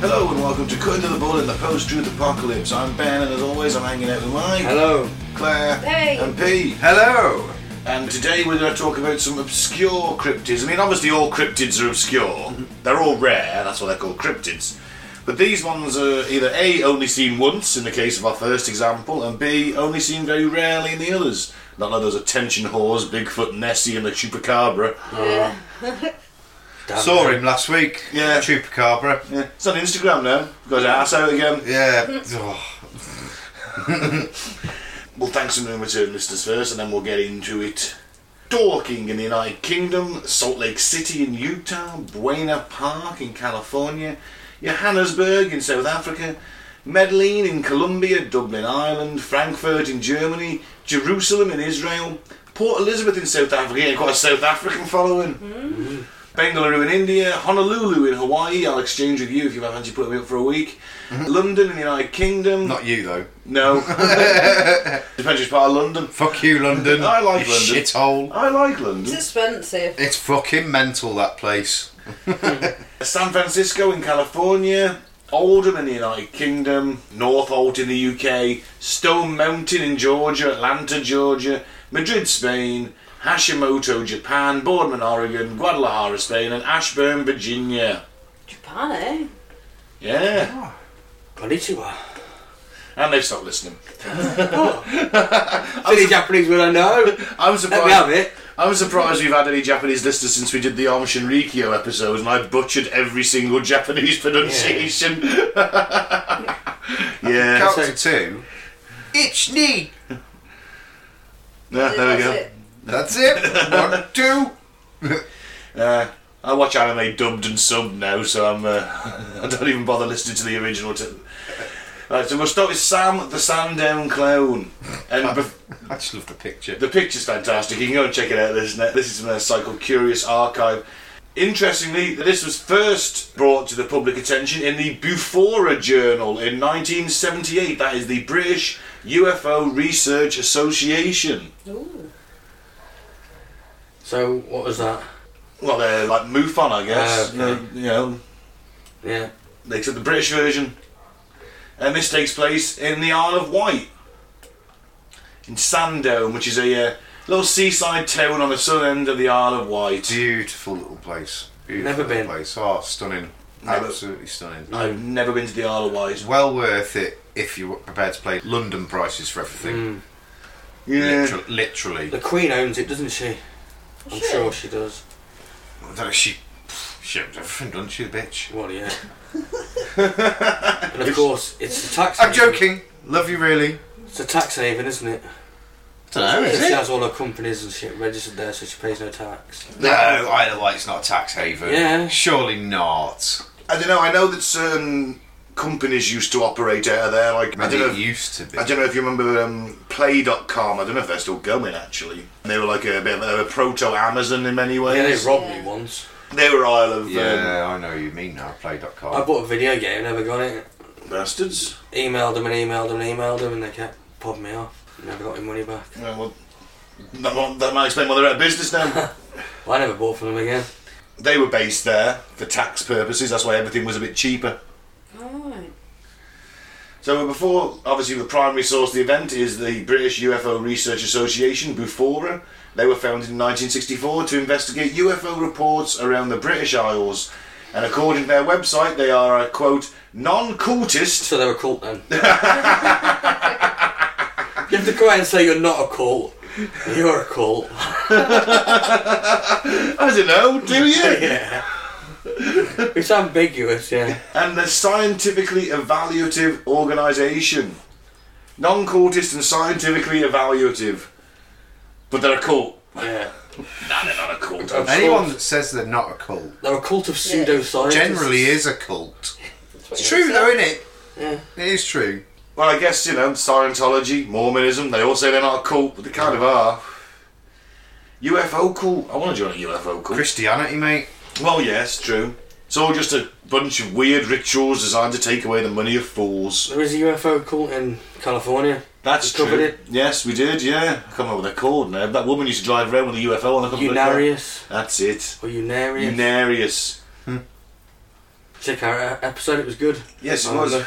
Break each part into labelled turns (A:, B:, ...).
A: Hello and welcome to Cutting to the Bull in the Post-Truth Apocalypse. I'm Ben and as always I'm hanging out with Mike,
B: Hello.
A: Claire
C: Hey.
A: and P.
B: Hello.
A: And today we're going to talk about some obscure cryptids. I mean obviously all cryptids are obscure. They're all rare, that's why they're called cryptids. But these ones are either A, only seen once in the case of our first example, and B, only seen very rarely in the others. Not like those attention whores, Bigfoot, Nessie and the Chupacabra.
C: Yeah.
B: Damn
D: Saw
B: it.
D: him last week.
A: Yeah.
D: Chupacabra.
A: Yeah. It's on Instagram now. Got his ass out again.
D: Yeah. Oh,
A: We'll thank some in return listeners first and then we'll get into it. Dorking in the United Kingdom, Salt Lake City in Utah, Buena Park in California, Johannesburg in South Africa, Medellin in Colombia, Dublin, Ireland, Frankfurt in Germany, Jerusalem in Israel, Port Elizabeth in South Africa, yeah, quite a South African following. Bengaluru in India, Honolulu in Hawaii, I'll exchange with you if you have fancy putting me up for a week. London in the United Kingdom.
D: not you though.
A: No. Depends which part of London.
D: Fuck you, London.
A: I like
D: you
A: London.
D: Shithole.
A: I like
C: It's
A: London.
C: expensive.
D: It's fucking mental that place.
A: San Francisco in California, Oldham in the United Kingdom, Northolt in the UK, Stone Mountain in Georgia, Atlanta, Georgia, Madrid, Spain, Hashimoto, Japan, Boardman, Oregon, Guadalajara, Spain, and Ashburn, Virginia.
C: Japan, eh?
A: Yeah.
B: Konnichiwa.
A: And they've stopped listening.
B: Only Japanese word I know.
A: I'm
B: Let me have
A: surprised.
B: it.
A: I'm surprised we've had any Japanese listeners since we did the Om Shinrikyo episode, and I butchered every single Japanese pronunciation. yeah.
D: Count
B: so-
D: to two. Each knee.
A: Yeah, there we go.
C: That's it.
D: That's it. One, two.
A: Uh, I watch anime dubbed and subbed now, so I'm uh, I don't even bother listening to the original. T- right, so we'll start with Sam the Sandown Clown, and bef-
D: I just love the picture.
A: the picture's fantastic. You can go and check it out. This this is from their Cycle Curious archive. Interestingly, this was first brought to the public attention in the Bufora Journal in 1978. That is the British UFO Research Association.
C: Ooh.
B: So what was that?
A: Well, they're like MUFON, I guess.
B: Ah, okay.
A: You know,
B: Yeah.
A: They took the British version, and this takes place in the Isle of Wight, in Sandown, which is a uh, little seaside town on the southern end of the Isle of Wight.
D: Beautiful little place. Beautiful
B: Never
D: little
B: been.
D: place. Oh, stunning.
A: Never-
D: Absolutely stunning.
A: I've never been to the Isle of Wight.
D: It's well worth it if you're prepared to pay London prices for everything.
A: Mm. Yeah,
D: Literally, literally.
B: The Queen owns it, doesn't she? I'm
C: Sure.
B: sure she does.
D: I don't know, she, she owns everything, doesn't she, the bitch?
B: Well, yeah. and of course, it's a tax.
D: I'm
B: haven.
D: joking. Love you, really.
B: It's a tax haven, isn't it?
D: don't know,
B: she has all her companies and shit registered there, so she pays no tax.
D: No, Isle of Wight's not a tax haven.
B: Yeah.
D: Surely not.
A: I don't know. I know that certain companies used to operate out of there. Like I
D: Maybe
A: don't know.
D: it used to be.
A: I don't know if you remember um, Play.com. I don't know if they're still going actually. They were like a bit of a proto Amazon in many
B: Oh, Yeah, they
A: ways.
B: robbed
C: Yeah.
B: me once.
A: they were Isle of
D: yeah, I know you mean now, play.com.
B: I bought a video game, never got it.
A: um, bastards.
B: Emailed them and emailed them and emailed them, and they kept popping me off. Never got my money back.
A: Yeah, well, that, might- that might explain why they're out of business now.
B: Well, I never bought from them again.
A: they were based there for tax purposes. That's why everything was a bit cheaper.
C: Alright.
A: So before, obviously, the primary source of the event is the British UFO Research Association, Bufora. They were founded in 1964 to investigate UFO reports around the British Isles. And according to their website, they are a quote non-cultist.
B: So they're a cult then. you have to go out and say you're not a cult. You're a cult.
A: I don't know, do you?
B: yeah. It's ambiguous, yeah.
A: and the Scientifically Evaluative Organisation. Non cultist and scientifically evaluative. But they're a cult.
B: Yeah.
A: No, they're not a cult.
B: Okay.
D: Anyone that says they're not a cult
B: They're a cult of pseudoscience.
D: generally is a cult. It's true, though, isn't it? It is true.
A: Well, I guess, you know, Scientology, Mormonism, they all say they're not a cult, but they kind of are. UFO cult. I want to join a UFO cult.
D: Christianity, mate.
A: Well, yes, true. It's all just a bunch of weird rituals designed to take away the money of fools.
B: There is a UFO cult in California.
A: That's
B: We covered
A: true.
B: it.
A: Yes, we did, yeah. I can't remember what they're called now. That woman used to drive around with a UFO on the
B: Unarius.
A: That's it.
B: Or Unarius.
A: Unarius.
B: Check our uh, episode, it was good.
A: Yes, it
B: Um,
A: was. Now,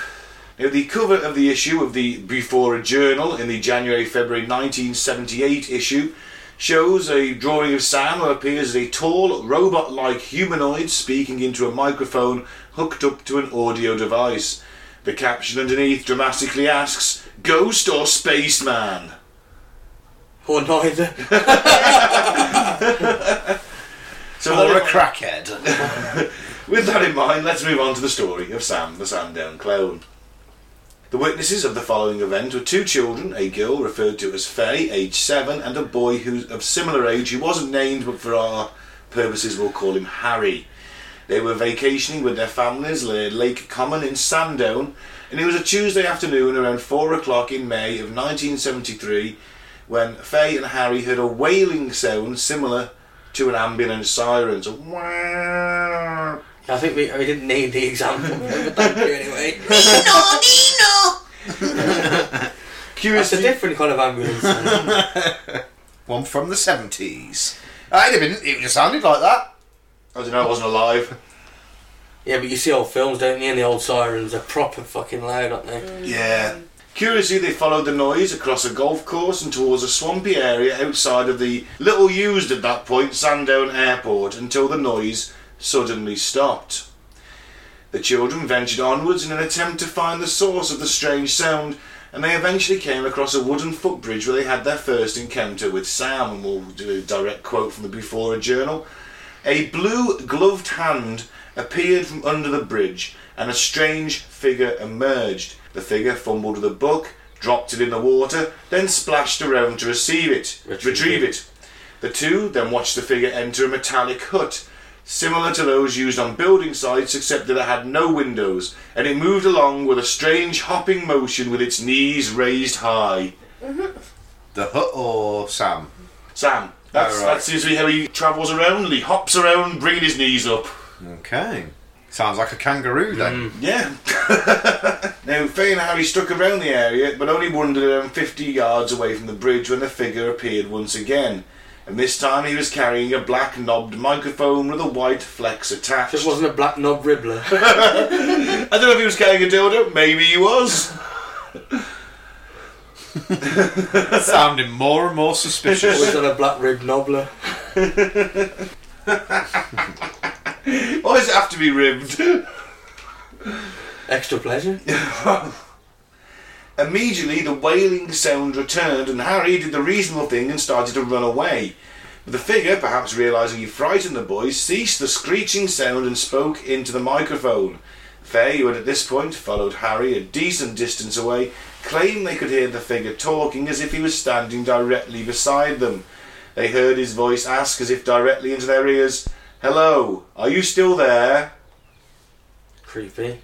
A: the cover of the issue of the Before a Journal in the January February 1978 issue shows a drawing of Sam who appears as a tall, robot like humanoid speaking into a microphone hooked up to an audio device. The caption underneath dramatically asks Ghost or Spaceman?
B: Or neither.
A: So,
D: Or a
A: that-
D: crackhead.
A: With that in mind, let's move on to the story of Sam the Sandown Clone. The witnesses of the following event were two children, a girl referred to as Faye, aged seven, and a boy who, of similar age who wasn't named, but for our purposes we'll call him Harry. They were vacationing with their families near Lake Common in Sandown, and it was a Tuesday afternoon around four o'clock in May of 1973 when Faye and Harry heard a wailing sound similar to an ambulance siren. So, "Wah."
B: I think we, we didn't need the example, but thank you anyway. It's a
A: Curiously,
B: different kind of ambulance. uh,
D: One from the 70s. I'd have been, it would have sounded like that.
A: I don't know, I wasn't alive.
B: yeah, but you see old films, don't you? And the old sirens are proper fucking loud, aren't they?
D: Mm. Yeah.
A: Curiously, they followed the noise across a golf course and towards a swampy area outside of the little used at that point Sandown Airport until the noise suddenly stopped. The children ventured onwards in an attempt to find the source of the strange sound, and they eventually came across a wooden footbridge where they had their first encounter with Sam. And we'll do a direct quote from the Before a Journal. A blue gloved hand appeared from under the bridge, and a strange figure emerged. The figure fumbled with a book, dropped it in the water, then splashed around to receive it,
B: Retrieve
A: retrieve
B: it.
A: it. The two then watched the figure enter a metallic hut, similar to those used on building sites, except that it had no windows, and it moved along with a strange hopping motion with its knees raised high.
D: The Hut or Sam?
A: Sam, that's,
D: Oh, right.
A: that seems to be how he travels around. He hops around, bringing his knees up.
D: Okay. Sounds like a kangaroo then.
A: Yeah. now, Faye and Harry struck around the area, but only wandered around 50 yards away from the bridge when the figure appeared once again. And this time he was carrying a black knobbed microphone with a white flex attached.
B: It wasn't a black knob ribbler.
A: I don't know if he was carrying a dildo. Maybe he was.
D: Sounding more and more
B: It
D: suspicious.
B: was on a black rib knobbler.
A: Why does it have to be ribbed?
B: Extra pleasure.
A: Immediately, the wailing sound returned, and Harry did the reasonable thing and started to run away. But the figure, perhaps realizing he frightened the boys, ceased the screeching sound and spoke into the microphone. Faye, who had at this point followed Harry a decent distance away, claimed they could hear the figure talking as if he was standing directly beside them. They heard his voice ask, as if directly into their ears, Hello, are you still there?
B: Creepy.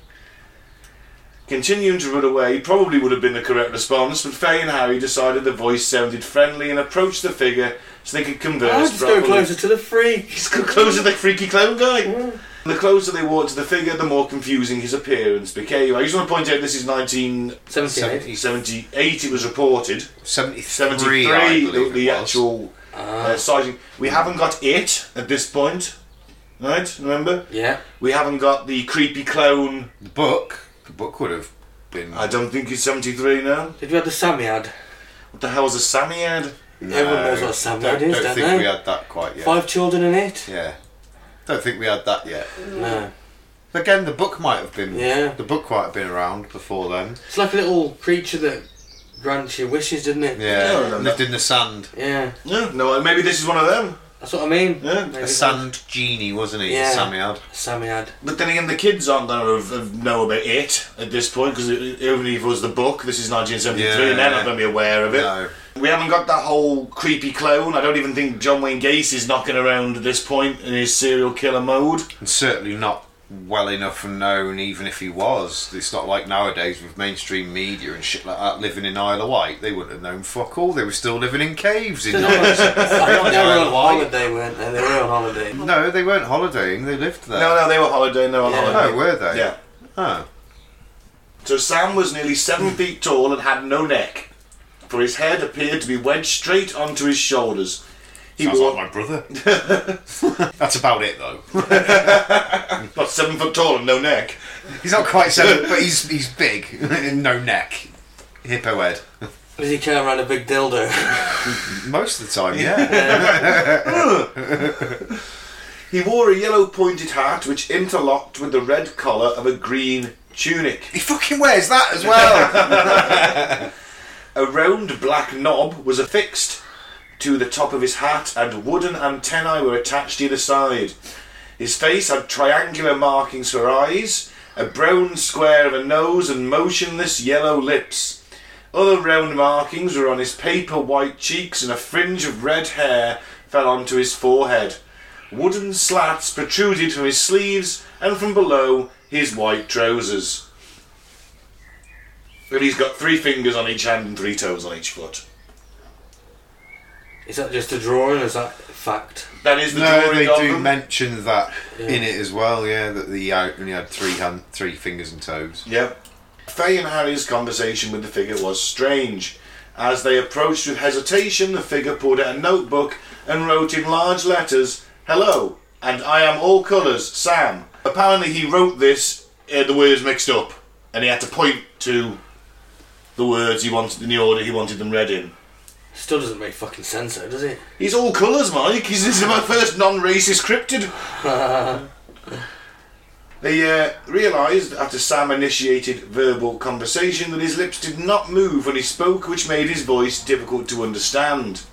A: Continuing to run away probably would have been the correct response, but Faye and Harry decided the voice sounded friendly and approached the figure so they could
B: i
A: converse
B: just
A: properly.
B: Ah, go closer to the freak.
A: Just go closer to the freaky clown guy. The closer they walked to the figure, the more confusing his appearance became. I just want to point out this is 1978.
B: 78.
A: It was reported
D: 73,
A: 73.
D: I
A: the
D: believe
A: the
D: it was.
A: actual
B: Ah.
A: uh, sighting. We haven't got it at this point, right? Remember,
B: Yeah.
A: we haven't got the creepy clown.
D: The book. The book would have been.
A: I don't think it's 73 now.
B: Did we have the Samiad?
A: What the hell's a Samiad?
B: Everyone knows what
D: don't,
B: a Samiad
D: uh, don't
B: is, don't
D: think
B: they?
D: we had that quite yet.
B: Five children in it?
D: Yeah. Don't think we had that yet.
B: No.
D: Again, the book might have been.
B: Yeah.
D: The book might have been around before then.
B: It's like a little creature that grants you wishes, doesn't it?
A: Yeah, I
D: Yeah.
A: remember.
D: lived in the sand.
B: Yeah.
A: Yeah, no, maybe this is one of them.
B: That's what I mean.
A: Yeah.
B: Maybe
D: A sand genie, wasn't he?
B: Yeah.
D: Samiad.
B: Samiad.
A: But then again, the kids aren't going to have, have know about it at this point because only if it was the book. This is 1973, and they're
D: Yeah.
A: not going to be aware of it.
D: No.
A: We haven't got that whole creepy clone. I don't even think John Wayne Gacy's knocking around at this point in his serial killer mode.
D: And certainly not well enough known, even if he was. It's not like nowadays with mainstream media and shit like that. Living in Isle of Wight, they wouldn't have known fuck all. They were still living in caves. In
B: they were on
D: Isle of Wight.
B: holiday, weren't they? They were on holiday.
D: No, they weren't holidaying. They lived there.
A: No, no, they were holidaying. They were
B: Yeah.
A: holidaying.
D: Oh, were they?
A: Yeah.
D: Oh.
A: So Sam was nearly seven feet tall and had no neck, for his head appeared to be wedged straight onto his shoulders. He
D: Sounds
A: walked.
D: like my brother. That's about it, though.
A: But What, seven foot tall and no neck?
D: He's not quite seven, but he's he's big, no neck, hippo head.
B: Does he carry around a big dildo?
D: Most of the time, yeah.
A: He wore a yellow pointed hat which interlocked with the red collar of a green tunic.
D: he fucking wears that as well.
A: A round black knob was affixed to the top of his hat, and wooden antennae were attached either side. His face had triangular markings for eyes, a brown square of a nose, and motionless yellow lips. Other round markings were on his paper white cheeks, and a fringe of red hair fell onto his forehead. Wooden slats protruded from his sleeves and from below his white trousers. And he's got three fingers on each hand and three toes on each foot.
B: Is that just a drawing or is that fact?
A: That is the
D: no,
A: drawing
D: they
A: of
D: do
A: them.
D: mention that
B: Yeah.
D: in it as well. Yeah, that the uh, only had three hand, three fingers and toes.
A: Yep. Faye and Harry's conversation with the figure was strange. As they approached with hesitation, the figure pulled out a notebook and wrote in large letters, Hello, and I am all colours, Sam. Apparently, he wrote this, uh, the words mixed up, and he had to point to the words he wanted in the order he wanted them read in.
B: Still doesn't make fucking sense though, does it?
A: He's all colours, Mike. He's, this is my first non-racist cryptid. they uh, realised after Sam initiated verbal conversation that his lips did not move when he spoke, which made his voice difficult to understand.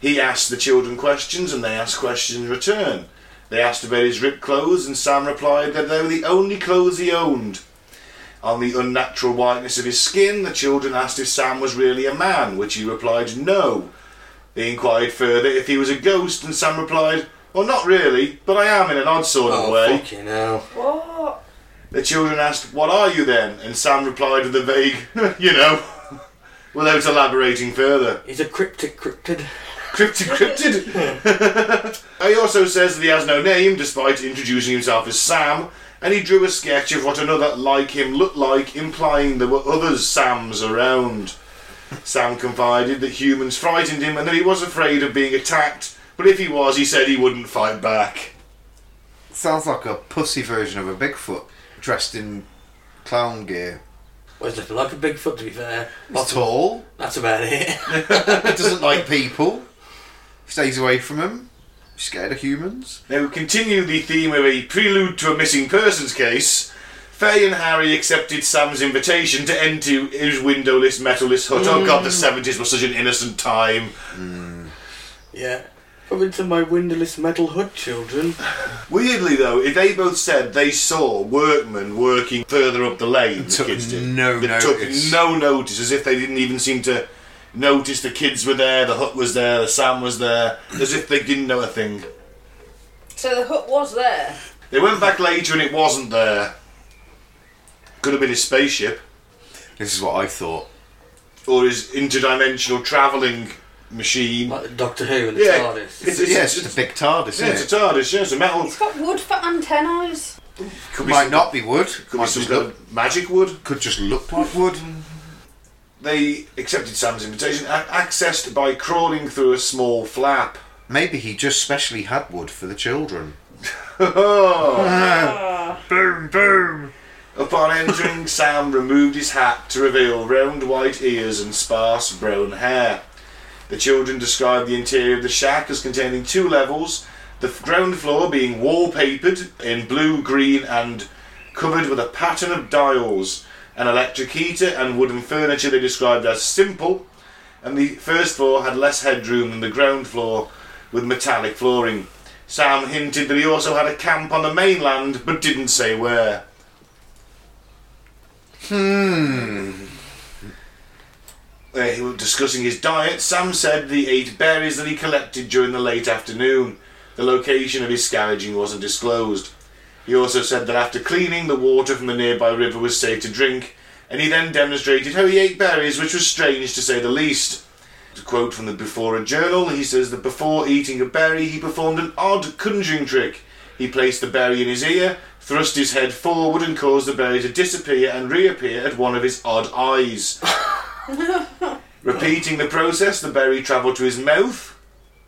A: He asked the children questions, and they asked questions in return. They asked about his ripped clothes, and Sam replied that they were the only clothes he owned. On the unnatural whiteness of his skin, the children asked if Sam was really a man, which he replied no. They inquired further if he was a ghost, and Sam replied, Well, not really, but I am in an odd sort of
B: Oh,
A: way.
B: fucking hell.
C: What?
A: The children asked, What are you then? And Sam replied with a vague, You know, without elaborating further.
B: He's a cryptic cryptid.
A: Cryptid cryptid! he also says that he has no name, despite introducing himself as Sam, and he drew a sketch of what another like him looked like, implying there were others Sams around. Sam confided that humans frightened him and that he was afraid of being attacked, but if he was, he said he wouldn't fight back.
D: Sounds like a pussy version of a Bigfoot dressed in clown gear.
B: Well, he's looking like a Bigfoot to be fair.
D: Not tall.
B: That's about it.
D: He doesn't like people. Stays away from them. Scared of humans.
A: Now, we continue the theme of a prelude to a missing persons case. Faye and Harry accepted Sam's invitation to enter his windowless, metalless hut. Oh god, the 70s were such an innocent time.
B: yeah. Come into my windowless metal hood, children.
A: Weirdly, though, if they both said they saw workmen working further up the lane, the
D: Took
A: kids did.
D: no
A: they
D: notice.
A: Took no notice, as if they didn't even seem to notice the kids were there, the hut was there, the Sam was there, as if they didn't know a thing.
C: So the hook was there.
A: They went back later and it wasn't there. Could have been his spaceship.
D: This is what I thought.
A: or his interdimensional travelling machine.
B: Like the Doctor Who and the
A: Yeah, it's,
B: TARDIS.
D: yeah,
A: it's,
D: it's just
A: it's,
D: a big TARDIS, isn't
A: yeah,
D: it?
A: it's a TARDIS, yeah, it's a metal.
C: It's got wood for antennae.
A: Could
D: Might
A: some-
D: not be wood.
A: Could
D: Might
A: be some
D: just
A: kind
D: look,
A: of magic wood.
D: could just look like wood.
A: They accepted Sam's invitation, a- accessed by crawling through a small flap.
D: Maybe he just specially had wood for the children. Boom, boom.
A: Upon entering, Sam removed his hat to reveal round white ears and sparse brown hair. The children described the interior of the shack as containing two levels, the f- ground floor being wallpapered in blue, green, and covered with a pattern of dials, an electric heater, and wooden furniture they described as simple, and the first floor had less headroom than the ground floor with metallic flooring. Sam hinted that he also had a camp on the mainland but didn't say where. uh, he was discussing his diet, Sam said that he ate berries that he collected during the late afternoon. The location of his scavenging wasn't disclosed. He also said that after cleaning, the water from the nearby river was safe to drink, and he then demonstrated how he ate berries, which was strange to say the least. To quote from the Before a Journal, he says that before eating a berry, he performed an odd conjuring trick. He placed the berry in his ear, thrust his head forward, and caused the berry to disappear and reappear at one of his odd eyes. Repeating the process, the berry travelled to his mouth,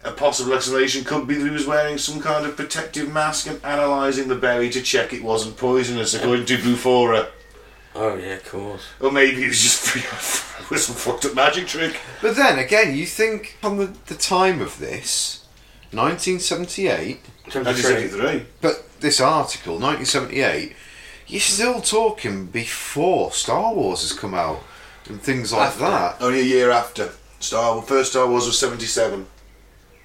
A: A possible explanation could be that he was wearing some kind of protective mask and analysing the berry to check it wasn't poisonous, according to Bufora.
B: Oh yeah, of course.
A: Or maybe he was just free with some fucked up magic trick.
D: But then again, you think from the, the time of this, 1978,
B: 73.
A: 1973.
D: but this article, 1978, you're still talking before Star Wars has come out and things like
B: After.
D: that.
A: Only a year after. Star Wars, first Star Wars was 77.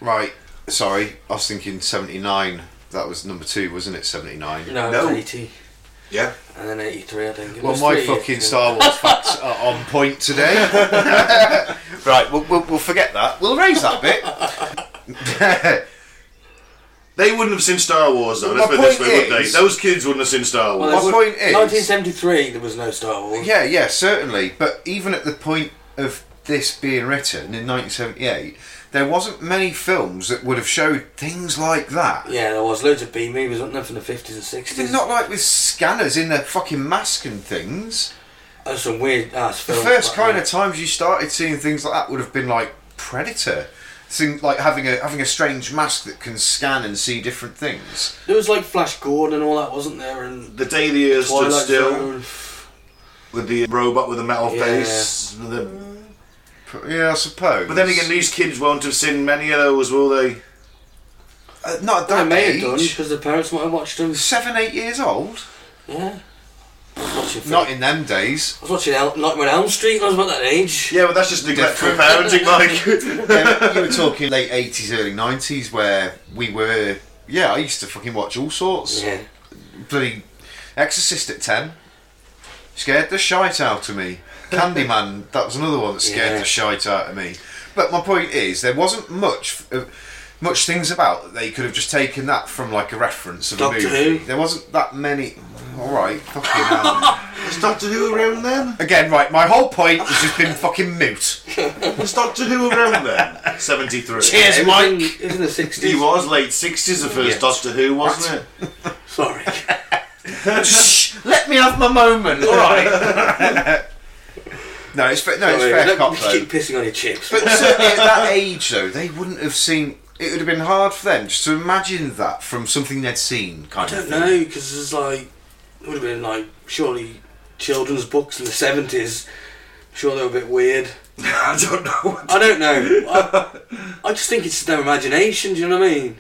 D: Right, sorry, I was thinking 79. That was number two, wasn't it? 79.
B: No, it was
A: No.
B: 80.
A: Yeah.
B: And then 83, I think. It
D: Well,
B: was
D: my
B: three years
D: fucking
B: ago.
D: Star Wars facts are on point today. right, we'll, we'll, we'll forget that. We'll erase that bit.
A: They wouldn't have seen Star Wars though, let's put
D: My
A: it this
D: point
A: way, would they?
D: is-
A: Those kids wouldn't have seen Star
B: Well,
A: Wars.
B: there
D: My
B: was-
D: point is-
B: 1973, there was no Star Wars.
D: yeah, yeah, certainly. But even at the point of this being written in 1978, there wasn't many films that would have showed things like that.
B: Yeah, there was loads of B movies, wasn't there, from the 50s and 60s?
D: It's not like with scanners in their fucking mask and things.
B: That's some weird ass
D: The
B: films.
D: first
B: back
D: kind
B: then.
D: of times you started seeing things like that would have been like Predator, Thing, like having a having a strange mask that can scan and see different things.
B: There was like Flash Gordon and all that, wasn't there? And
A: the day the year stood
B: Twilight
A: still
B: Zone.
A: with the robot with the metal
B: Yeah.
A: face. with the-
D: But, yeah, I suppose.
A: but then again, these kids won't have seen many of those, will they?
D: uh, not at
B: They
D: that
B: may
D: age.
B: have done because the parents might have watched them.
D: Seven, eight years old.
B: Yeah. I was watching, film.
D: Not in them days.
B: I was watching El- Nightmare on Elm Street when I was about that age.
A: Yeah, but that's just neglectful parenting, Mike.
D: Um, you were talking late eighties, early nineties, where we were. Yeah, I used to fucking watch all sorts.
B: Yeah.
D: Bloody Exorcist at ten. Scared the shite out of me. Candyman, that was another one that scared
B: Yeah.
D: the shite out of me. But my point is, there wasn't much, uh, much things about that they could have just taken that from like a reference of
B: Doctor
D: a movie.
B: Who?
D: There wasn't that many. All right, fucking hell.
A: Was Doctor Who around then?
D: Again, right. My whole point has just been fucking moot.
A: Was Doctor Who around then? 73.
D: Cheers. Here's
B: it was in-
D: Mike.
B: It was in the 60s.
A: He was late 60s, the first
D: Yeah.
A: Doctor Who, wasn't it?
B: Sorry.
D: Shh, let me have my moment. All right. no, it's fa- no, it's
B: Sorry,
D: fair
B: don't
D: cop though.
B: keep pissing on your chips.
D: But certainly at that age, though, they wouldn't have seen. It would have been hard for them just to imagine that from something they'd seen,
B: I
D: kind of
B: don't
D: thing.
B: know because it's like it would have been like surely children's books in the seventies. Sure, they were a bit weird.
A: I don't know. what-
B: I don't know. I, I just think it's their imagination. Do you know what I mean?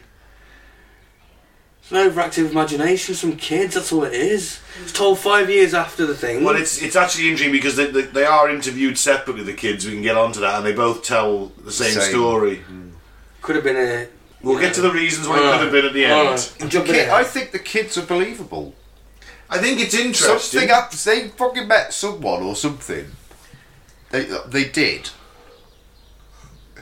B: It's an overactive imagination. Some kids. That's all it is. It's told five years after the thing.
A: Well, it's it's actually interesting because they, they, they are interviewed separately, the kids. We can get onto that, and they both tell the same,
D: Same.
A: story.
B: could have been a.
A: We'll get to the reasons why it could have been at the end.
B: Alright, jump in
D: Ki-
B: it.
D: I think the kids are believable.
A: I think it's interesting.
D: Something up, they fucking met someone or something. They they did.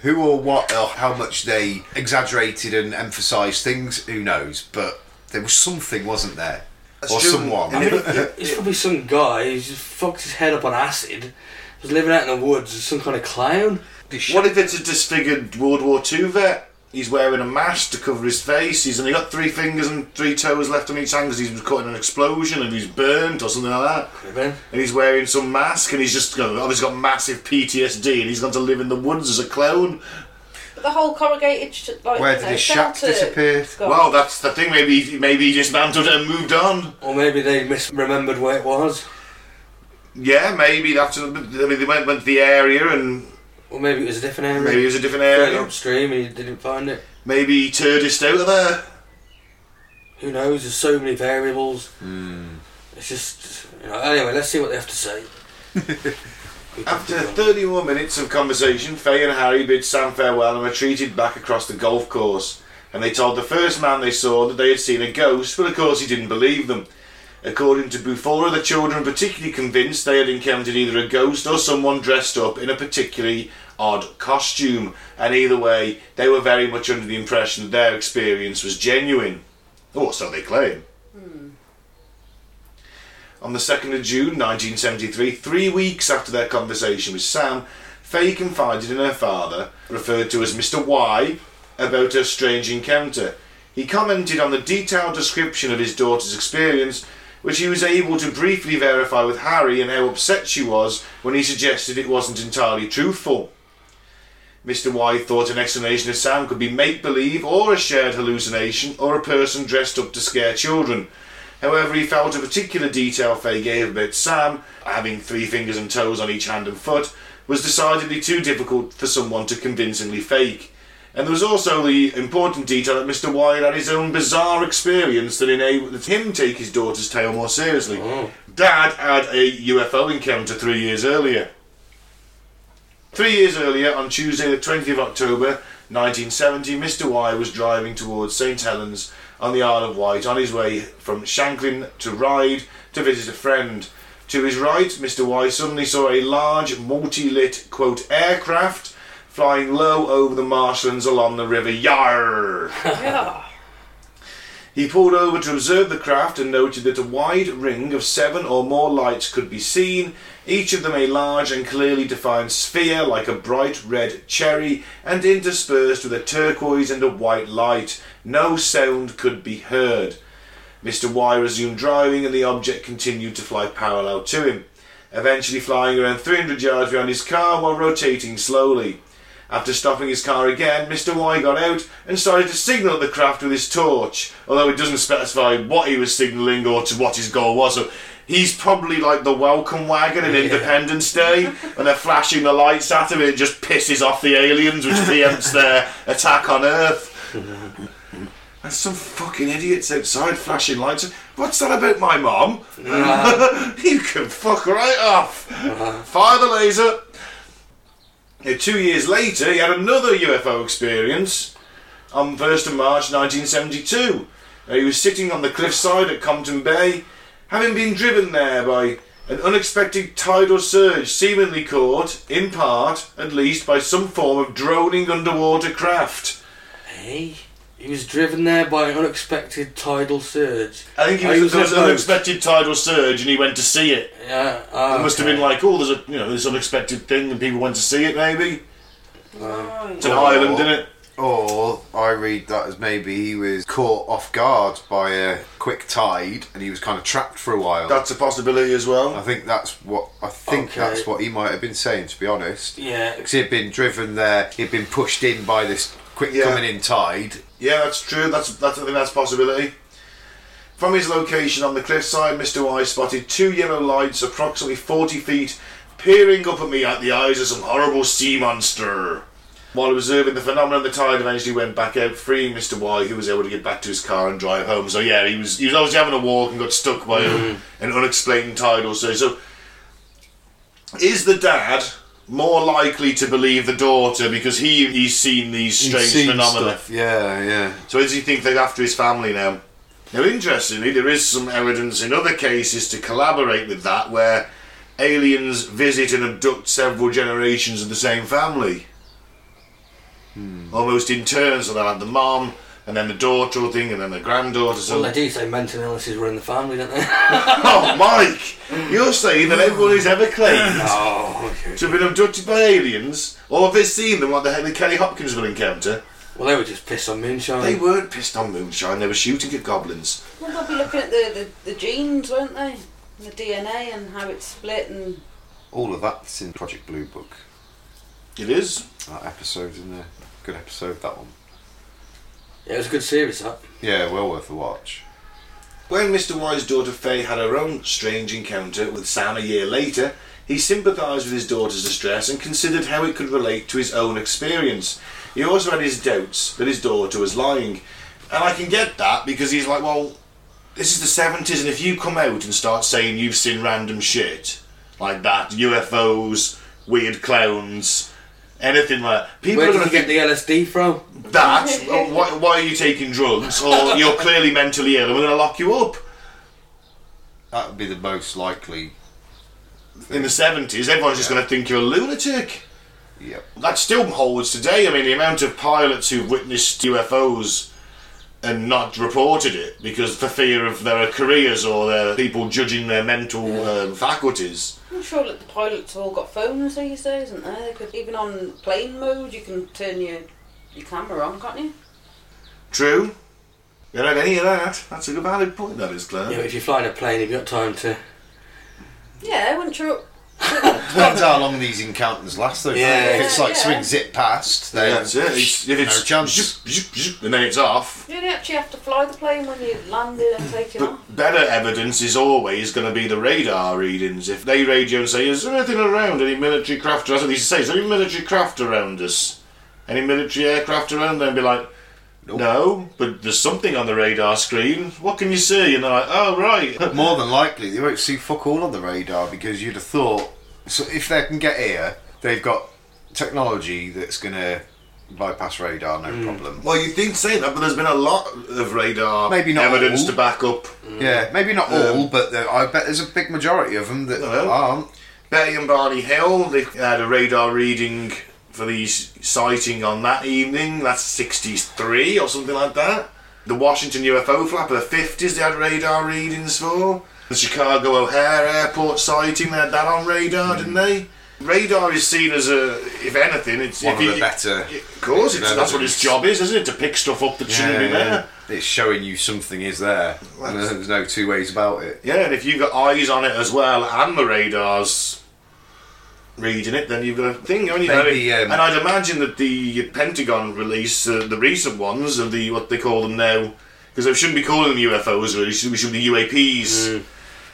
D: Who or what or how much they exaggerated and emphasised things, who knows? But there was something, wasn't there? or
A: student-
D: someone.
A: I mean,
B: It's probably some guy who's just fucked his head up on acid. Was living out in the woods as some kind of clown.
A: What if it's a disfigured World War II vet? He's wearing a mask to cover his face. He's only got three fingers and three toes left on each hand because he was caught in an explosion and he's burnt or something like that.
B: Could have been.
A: And he's wearing some mask and he's just got, obviously got massive PTSD and he's gone to live in the woods as a clone.
C: The whole corrugated sh- like
D: Where
C: you
D: did
C: know,
D: his shack
C: shelter
D: disappear?
C: gone.
A: Well, that's the thing. Maybe he- maybe he dismantled it and moved on.
B: Or maybe they misremembered where it was.
A: Yeah, maybe that's. I mean, they went went to the area and
B: Or maybe it was a different area.
A: maybe it was a different
B: further
A: area.
B: upstream and he didn't find it.
A: Maybe he turdist out of there.
B: Who knows? There's so many variables.
A: Hmm.
B: It's just, you know, anyway, let's see what they have to say. We can
A: After
B: do that.
A: 30 more minutes of conversation, Faye and Harry bid Sam farewell and retreated back across the golf course. And they told the first man they saw that they had seen a ghost, but of course he didn't believe them. According to Bufora, the children were particularly convinced they had encountered either a ghost or someone dressed up in a particularly odd costume. And either way, they were very much under the impression that their experience was genuine. Or so they claim. On the 2nd of June 1973, three weeks after their conversation with Sam, Faye confided in her father, referred to as Mr. Y, about her strange encounter. He commented on the detailed description of his daughter's experience, which he was able to briefly verify with Harry and how upset she was when he suggested it wasn't entirely truthful. Mr. White thought an explanation of sound could be make believe or a shared hallucination or a person dressed up to scare children. However, he felt a particular detail Faye gave about Sam, having three fingers and toes on each hand and foot, was decidedly too difficult for someone to convincingly fake. And there was also the important detail that Mr. Wilde had his own bizarre experience that enabled him take his daughter's tale more seriously. Dad had a UFO encounter three years earlier. Three years earlier, on Tuesday, the 20th of October 1970, Mr. Y was driving towards St. Helens on the Isle of Wight on his way from Shanklin to Ryde to visit a friend. To his right, Mr. Y suddenly saw a large, multi lit, quote, aircraft flying low over the marshlands along the River Yar.
C: Yeah.
A: He pulled over to observe the craft and noted that a wide ring of seven or more lights could be seen, each of them a large and clearly defined sphere like a bright red cherry and interspersed with a turquoise and a white light. No sound could be heard. Mr. Y resumed driving and the object continued to fly parallel to him, eventually flying around 300 yards behind his car while rotating slowly. After stopping his car again, Mr. Y got out and started to signal the craft with his torch, although it doesn't specify what he was signalling or to what his goal was. So he's probably like the welcome wagon in Independence Day, and they're flashing the lights at him, and it just pisses off the aliens, which preempts their attack on Earth. And some fucking idiots outside flashing lights. What's that about my mom? you can fuck right off. Fire the laser. Uh, Two years later, he had another UFO experience on 1st of March 1972. Uh, He was sitting on the cliffside at Compton Bay, having been driven there by an unexpected tidal surge, seemingly caused, in part, at least, by some form of droning underwater craft.
B: Hey, he was driven there by an unexpected tidal surge.
A: I think he
B: Oh,
A: was, there
B: in a
A: was an
B: boat.
A: unexpected tidal surge, and he went to see it.
B: Yeah, ah,
A: It must have
B: okay.
A: been like, oh, there's a you know this unexpected thing, and people went to see it. Maybe it's an
D: Oh.
A: island, isn't it?
D: Or I read that as maybe he was caught off guard by a quick tide and he was kind of trapped for a while.
A: That's a possibility as well.
D: I think that's what I think
B: Okay.
D: that's what he might have been saying. To be honest,
B: Yeah,
D: because he'd been driven there, he'd been pushed in by this quick
A: Yeah.
D: coming in tide.
A: Yeah, that's true. That's, that's I think that's a possibility. From his location on the cliffside, Mr. Y spotted two yellow lights approximately 40 feet peering up at me at the eyes of some horrible sea monster. While observing the phenomenon, the tide eventually went back out, freeing Mr. Y, who was able to get back to his car and drive home. So, yeah, he was, he was obviously having a walk and got stuck by a,
D: Mm-hmm.
A: an unexplained tide or so. So, is the dad more likely to believe the daughter because he, he's seen these strange
D: Seen
A: phenomena?
D: stuff. Yeah, yeah.
A: So does he think they're after his family now? Now, interestingly, there is some evidence in other cases to collaborate with that, where aliens visit and abduct several generations of the same family, almost in turn. So they'll have the mom, and then the daughter will think, and then the granddaughter. So,
B: well, they do say mental illnesses run in the family, don't they?
A: oh, Mike, you're saying that everyone who's ever claimed
B: oh, okay.
A: to have been abducted by aliens, or have they seen them like the Henry Kelly Hopkinsville encounter?
B: Well, they were just pissed on moonshine.
A: They weren't pissed on moonshine; they were shooting at goblins.
C: Well, they'll be looking at the, the, the genes, won't they? And the DNA and how it's split and
D: All of that's in Project Blue Book.
A: It is.
D: That episode's in there. Good episode, that one.
B: Yeah, it was a good series, that.
D: Yeah, well worth a watch.
A: When Mr. Y's daughter Faye had her own strange encounter with Sam a year later, he sympathised with his daughter's distress and considered how it could relate to his own experience. He also had his doubts that his daughter was lying. And I can get that because he's like, well, this is the 70s, and if you come out and start saying you've seen random shit like that UFOs, weird clowns, anything like that, people
B: Where
A: are
B: did
A: going
B: you
A: to
B: get
A: think
B: the LSD from?
A: that or why, why are you taking drugs or you're clearly mentally ill and we're going to lock you up
D: That would be the most likely.
A: in the 70s everyone's just going to think you're a lunatic
D: Yep.
A: that still holds today i mean the amount of pilots who've witnessed ufos and not reported it because for fear of their careers or their people judging their mental um, faculties
C: I'm sure that the pilots have all got phones these days, haven't they? They could even on plane mode you can turn your your camera on, can't you?
A: true you don't have any of that that's a good valid point that is claire
B: You know, if you're flying a plane, you've got time to.
C: Yeah, wouldn't you?
D: Depends how long these encounters last, though. doesn't
B: Yeah.
D: it? If it's like
C: Yeah.
D: something zip past,
A: Yeah,
D: then
A: that's it. It's, if it's
D: no chance.
A: zhup, zhup, zhup, and then it's off.
C: You don't actually have to fly the plane when you land it and take it off.
A: But better evidence is always going to be the radar readings. If they radio and say, "Is there anything around? Any military craft?" That's what they used to say. Is there any military craft around us? Any military aircraft around? They'd be like, "No," but there's something on the radar screen. What can you see? And they're like, "Oh right."
D: More than likely, they won't see fuck all on the radar because you'd have thought. So if they can get here, they've got technology that's going to bypass radar, no
A: Hmm.
D: problem.
A: Well, you did say that, but there's been a lot of radar
D: Maybe not
A: evidence
D: all.
A: to back up.
D: Yeah, maybe not
A: Um,
D: all, but there- I bet there's a big majority of them that
A: Hello.
D: aren't.
A: Betty and Barney Hill, they had a radar reading for the s- sighting on that evening. That's 63 or something like that. The Washington UFO flap of the 50s, they had radar readings for. The Chicago O'Hare Airport sighting, they had that on radar,
D: Hmm.
A: didn't they? Radar is seen as a, if anything, it's
D: One
A: if
D: of
A: you-
D: the better
A: Of course, it's, that's what its
D: evidence.
A: job is, isn't it? To pick stuff up that shouldn't be there.
D: It's showing you something is there. and
A: That's-
D: there's no two ways about it.
A: Yeah, and if you've got eyes on it as well and the radars reading it, then you've got a thing, haven't you?
D: Maybe,
A: And I-
D: um,
A: and I'd imagine that the Pentagon release, uh, the recent ones, of the what they call them now, because they shouldn't be calling them UFOs really, should- we should be UAPs,
D: Hmm.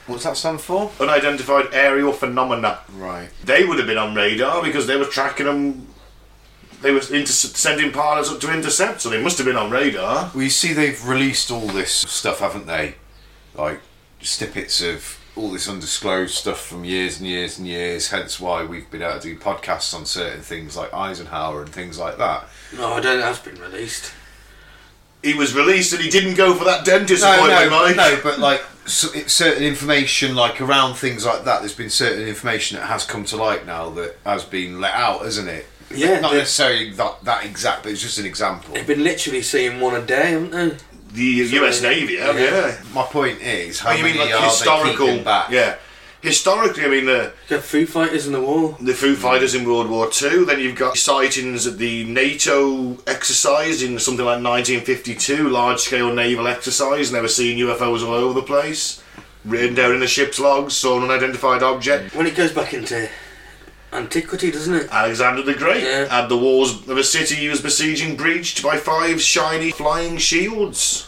D: What's that stand for?
A: unidentified aerial phenomena.
D: Right.
A: They would have been on radar because they were tracking them. They were inter- sending pilots up to intercept, so they must have been on radar.
D: Well, you see, they've released all this stuff, haven't they? Like snippets of all this undisclosed stuff from years and years and years. Hence, why we've been able to do podcasts on certain things like Eisenhower and things like that.
B: No, I don't. That's been released.
A: He was released and he didn't go for that dentist appointment,
D: no,
A: Mike.
D: no, but like so, it's certain information, like around things like that. There's been certain information that has come to light now that has been let out, hasn't it?
B: Yeah,
D: Not
B: they-
D: necessarily that that exact, but it's just an example.
B: They've been literally seeing one a day, haven't they?
A: The US Navy, have,
B: Yeah.
A: yeah.
D: My point is, how
A: Oh, you
D: many
A: mean like
D: are
A: historical?
D: they keeping back?
A: Yeah, historically, I mean the
B: They've got Foo Fighters in the war.
A: the Foo
D: Hmm.
A: Fighters in World War Two. Then you've got sightings at the NATO exercise in something like 1952, large scale naval exercise, and they were seeing UFOs all over the place. Written down in the ship's logs, saw an unidentified object.
B: When it goes back into antiquity, doesn't it?
A: Alexander the Great
B: Yeah.
A: had the walls of a city he was besieging breached by five shiny flying shields.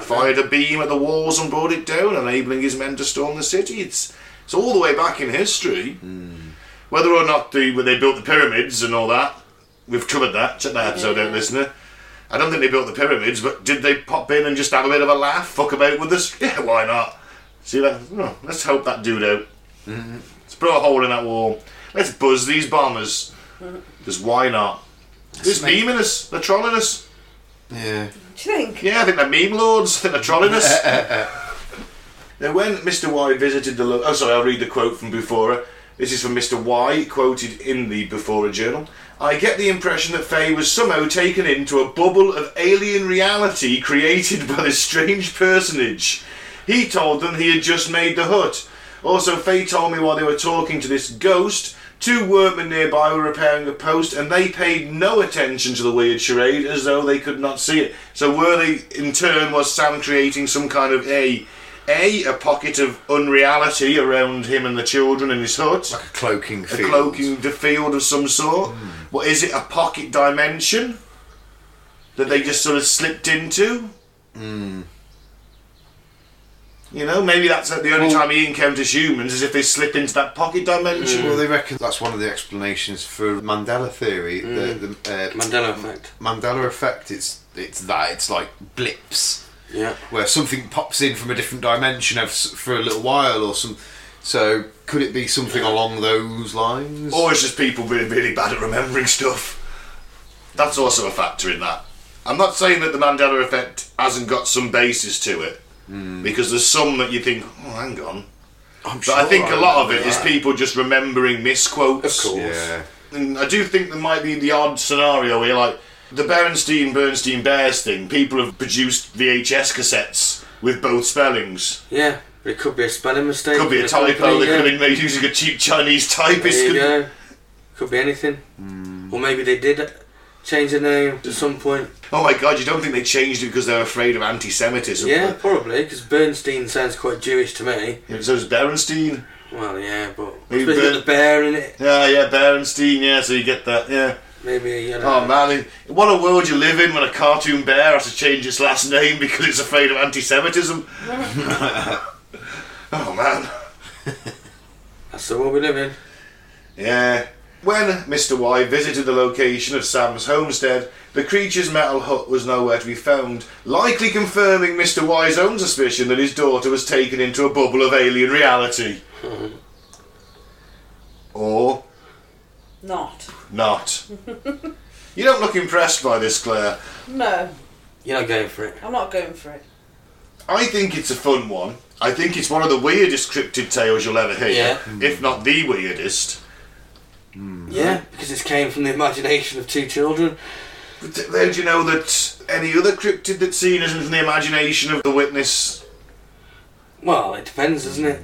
A: Fired a beam at the walls and brought it down, enabling his men to storm the city. It's, it's all the way back in history. Whether or not the, when they built the pyramids and all that, we've covered that. Check that episode out, listener. I don't think they built the pyramids, but did they pop in and just have a bit of a laugh, fuck about with us? Yeah, why not? See that? oh, let's help that dude out. Let's put a hole in that wall. Let's buzz these bombers. Because why not? They're beaming us. They're trolling us.
D: yeah.
C: Do you think?
A: Yeah, I think they're meme lords. I think they're trolling us. now, when Mr. Y visited the. Lo- oh, sorry, I'll read the quote from Bufora. This is from Mr. Y, quoted in the Bufora Journal. I get the impression that Faye was somehow taken into a bubble of alien reality created by this strange personage. He told them he had just made the hut. Also, Faye told me while they were talking to this ghost, two workmen nearby were repairing a post and they paid no attention to the weird charade as though they could not see it. So, were they in turn, was Sam creating some kind of a. A, a pocket of unreality around him and the children in his hut,
D: Like a cloaking
A: a
D: field.
A: cloaking the field of some sort. What is it? A pocket dimension that they just sort of slipped into. You know, maybe that's the only
D: Well-
A: time he encounters humans is if they slip into that pocket dimension.
D: Well, they reckon that's one of the explanations for Mandela theory, the,
A: Mm.
D: the uh,
B: Mandela effect.
D: Mandela effect. It's it's that it's like blips
B: Yeah.
D: where something pops in from a different dimension of, for a little while or some. So could it be something along those lines?
A: Or it's just people really, really bad at remembering stuff. That's also a factor in that. I'm not saying that the Mandela effect hasn't got some basis to it, because there's some that you think, oh, hang on.
D: I'm
A: But I think a lot of it is
D: that.
A: people just remembering misquotes.
B: Of course.
D: Yeah.
A: And I do think there might be the odd scenario where, like, the Berenstein Bernstein Bears thing, people have produced VHS cassettes with both spellings.
B: Yeah. But it could be a spelling mistake.
A: Could be a
B: It could
A: typo, they
B: yeah.
A: could have been made using a cheap Chinese typist.
B: There you
A: Could-
B: go. Could be anything. Or maybe they did change the name at some point.
A: Oh my god, you don't think they changed it because they're afraid of anti Semitism?
B: Yeah, probably, because Bernstein sounds quite Jewish to me.
A: So is Berenstein.
B: Well, yeah, but
A: Maybe
B: especially with
A: Ben-
B: the bear in it.
A: Yeah, yeah, Berenstein, yeah, so you get that, yeah.
B: Maybe you know.
A: Oh man, what a world you live in when a cartoon bear has to change its last name because it's afraid of anti Semitism. oh man.
B: That's the world we live in.
A: Yeah. When Mr. Y visited the location of Sam's homestead, the creature's metal hut was nowhere to be found, likely confirming Mr. Y's own suspicion that his daughter was taken into a bubble of alien reality. or
C: Not.
A: not. you don't look impressed by this, Claire.
C: No,
B: You're not going for it.
C: I'm not going for it.
A: I think it's a fun one. I think it's one of the weirdest cryptid tales you'll ever hear,
B: Yeah.
A: if not the weirdest.
B: Yeah, because it came from the imagination of two children.
A: But th- Then do you know that any other cryptid that's seen isn't from the imagination of the witness?
B: Well, it depends, doesn't it?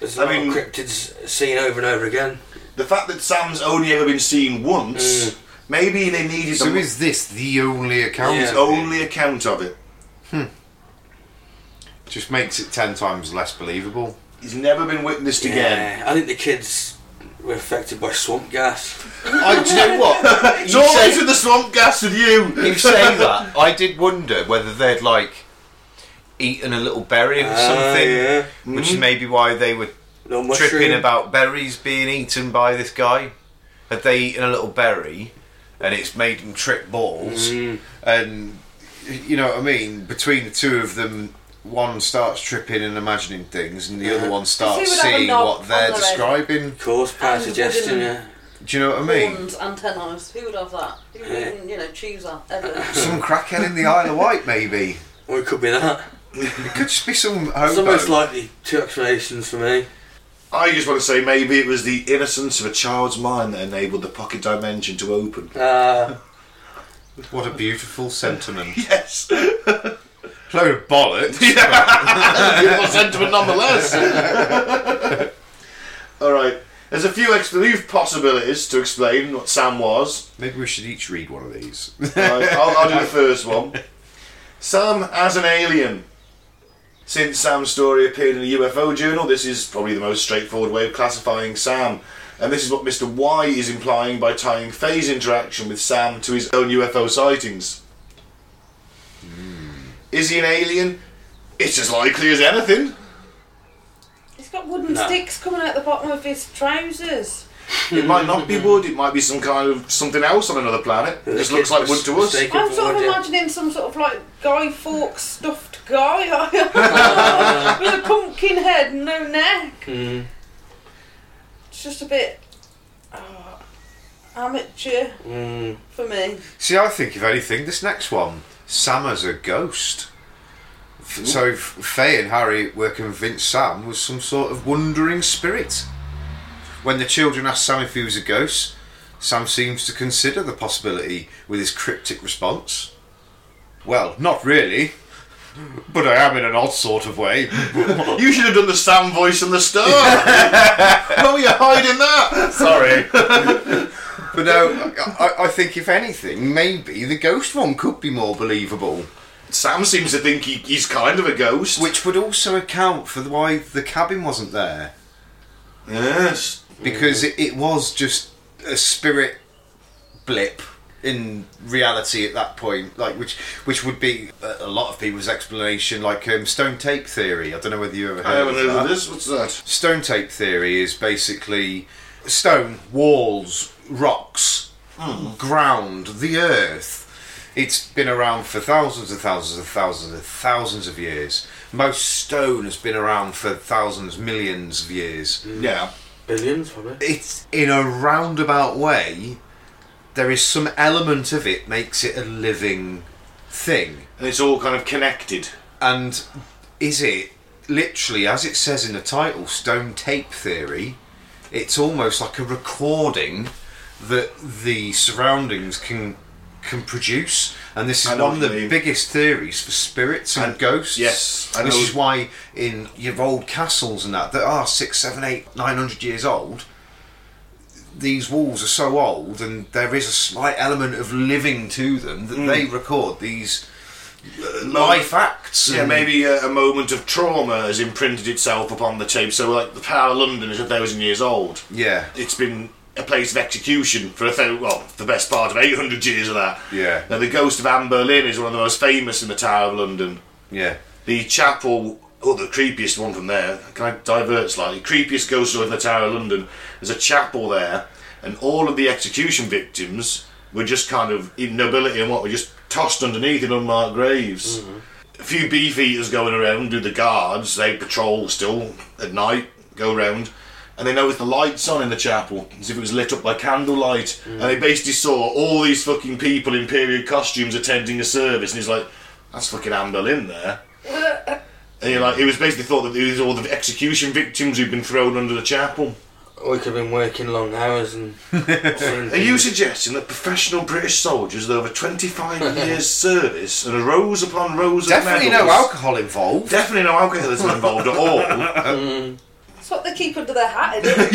B: There's a
A: I
B: lot
A: mean-
B: of cryptids seen over and over again.
A: The fact that Sam's only ever been seen once,
B: Mm.
A: maybe they needed
D: So
A: the
D: is this the only account?
B: Yeah.
D: of it?
A: only account of it.
D: just makes it ten times less believable.
A: He's never been witnessed again.
B: Yeah, I think the kids were affected by swamp gas.
D: I do you know what
A: It's always
D: say-
A: with the swamp gas with you.
D: you say that. I did wonder whether they'd like eaten a little berry or something,
B: Ah, yeah.
D: which is maybe why they were
B: Little
D: tripping
B: mushroom.
D: about berries being eaten by this guy. Had they eaten a little berry, and it's made them trip balls,
B: Mm-hmm.
D: and you know what I mean. Between the two of them, one starts tripping and imagining things, and the
B: Uh-huh.
D: other one starts
C: would have a
D: seeing
C: knob
D: what
C: on
D: they're
C: their head.
D: describing.
B: Course, power
C: And
B: suggestion,
C: wooden-
B: yeah.
D: Do you know what I mean?
C: Horns, antennas, who would have that? Who would
B: Yeah.
C: even, you know, choose that ever?
D: Some crackhead in the Isle of Wight, maybe.
B: Or it could be that.
D: It could just be some
B: It's the
D: hobo.
B: most likely two explanations for me.
A: I just want to say maybe it was the innocence of a child's mind that enabled the pocket dimension to open.
B: Uh,
D: What a beautiful sentiment.
A: Yes.
D: Load of bollocks.
A: beautiful sentiment nonetheless. All right. There's a few ex- few possibilities to explain what Sam was.
D: Maybe we should each read one of these.
A: All right, I'll, I'll do the first one. Sam as an alien. Since Sam's story appeared in a UFO journal, this is probably the most straightforward way of classifying Sam. And this is what Mr. Y is implying by tying Faye's interaction with Sam to his own UFO sightings. Is he an alien? It's as likely as anything.
C: He's got wooden
B: No.
C: sticks coming out the bottom of his trousers.
A: It might not be wood. It might be some kind of something else on another planet. It just looks like wood to us.
B: Mistaken
C: I'm
B: for
C: sort of
B: wood, yeah.
C: imagining some sort of like Guy Fawkes stuffed guy with a pumpkin head and no neck.
B: Mm,
C: It's just a bit oh, amateur
B: mm.
C: for me.
D: See, I think, if anything, this next one Sam as a ghost. F- So F- Faye and Harry were convinced Sam was some sort of wandering spirit. When the children asked Sam if he was a ghost, Sam seems to consider the possibility with his cryptic response. Well, not really, but I am in an odd sort of way.
A: You should have done the Sam voice from the start. oh, you're hiding that.
D: Sorry. but no, I, I- I think if anything, maybe the ghost one could be more believable,
A: Sam seems to think he, he's kind of a ghost.
D: which would also account for why the cabin wasn't there
A: yes.
D: because
A: Mm.
D: it, it was just a spirit blip in reality at that point, like which which would be a a lot of people's explanation, like um, stone tape theory. I don't know whether you ever heard.
A: I haven't
D: of
A: heard
D: that.
A: of this. What's that?
D: Stone tape theory is basically stone, walls, rocks, ground, the earth. It's been around for thousands and thousands and thousands and thousands of years. Most stone has been around for thousands, millions of years.
A: Yeah.
B: Billions, probably.
D: It's in a roundabout way, there is some element of it makes it a living thing.
A: And it's all kind of connected.
D: And is it literally, as it says in the title, stone tape theory? It's almost like a recording that the surroundings can can produce, and this is
A: I know
D: one of
A: what
D: the
A: you mean.
D: biggest theories for spirits and,
A: And-
D: ghosts.
A: yes, I
D: which
A: know-
D: is why in your old castles and that that are six, seven, eight, nine hundred years old. These walls are so
A: Hmm.
D: old, and there is a slight element of living to them that they record these uh, life acts.
A: Yeah,
D: and-
A: maybe uh, a, a moment of trauma has imprinted itself upon the tape. So, like, the Power of London is a thousand years old.
D: Yeah.
A: It's been a place of execution for a thousand, well, the best part of 800 years of that.
D: Yeah.
A: Now, the ghost of Anne Boleyn is one of the most famous in the Tower of London.
D: Yeah.
A: The chapel, or the creepiest one from there, can I divert slightly? Creepiest ghost story in the Tower of London. There's a chapel there, and all of the execution victims were just kind of in nobility and what were just tossed underneath in unmarked graves. A few beefeaters going around do the guards, they patrol still at night, go round. And they noticed the lights on in the chapel, as if it was lit up by candlelight. And they basically saw all these fucking people in period costumes attending a service. And he's like, that's fucking Anne Boleyn there. And you're like, it was basically thought that it was all the execution victims who'd been thrown under the chapel.
B: Or he could have been working long hours and.
A: Are you suggesting that professional British soldiers with over 25 years service and rows upon rows
D: Definitely
A: of
D: no
A: medals...
D: alcohol involved.
A: Definitely no alcoholism involved at all.
C: That's what they keep under their hat, isn't it?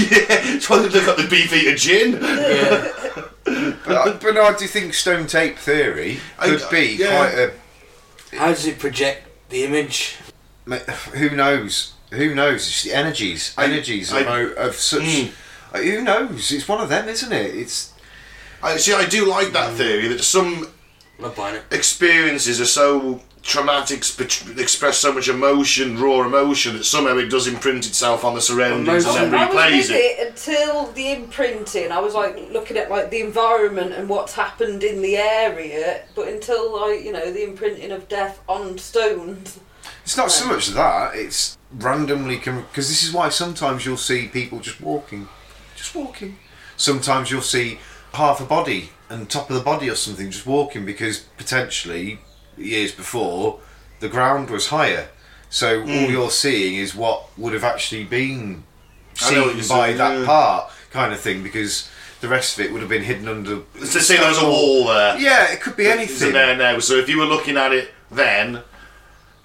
A: It's why they've got the beefeater gin.
B: Yeah.
D: but, but no, I do think stone tape theory could
A: I-
D: be
A: yeah.
D: quite a
B: How does it project the image?
D: Mate, who knows? Who knows? It's the energies,
A: I-
D: energies
A: I-
D: of, mo- of such.
A: Mm.
D: Uh, Who knows? It's one of them, isn't it? It's
A: I, see, I do like that theory that some
B: I'm not buying it.
A: experiences are so traumatic, sp- express so much emotion, raw emotion, that somehow it does imprint itself on the surroundings
B: Emotion.
A: and then
C: I was
A: replays
C: with
A: it.
C: it until the imprinting. I was like looking at like the environment and what's happened in the area, but until like you know the imprinting of death on stones.
D: it's not so much that. It's randomly because this is why sometimes you'll see people just walking, just walking. Sometimes you'll see half a body and top of the body or something just walking because potentially years before the ground was higher. So
A: Hmm.
D: all you're seeing is what would have actually been
A: I know what
D: seen
A: you're
D: by
A: saying,
D: that
A: yeah.
D: part kind of thing because the rest of it would have been hidden under.
A: To say there's a wall there.
D: Yeah, it could be
A: It's in
D: anything.
A: there now. So if you were looking at it then,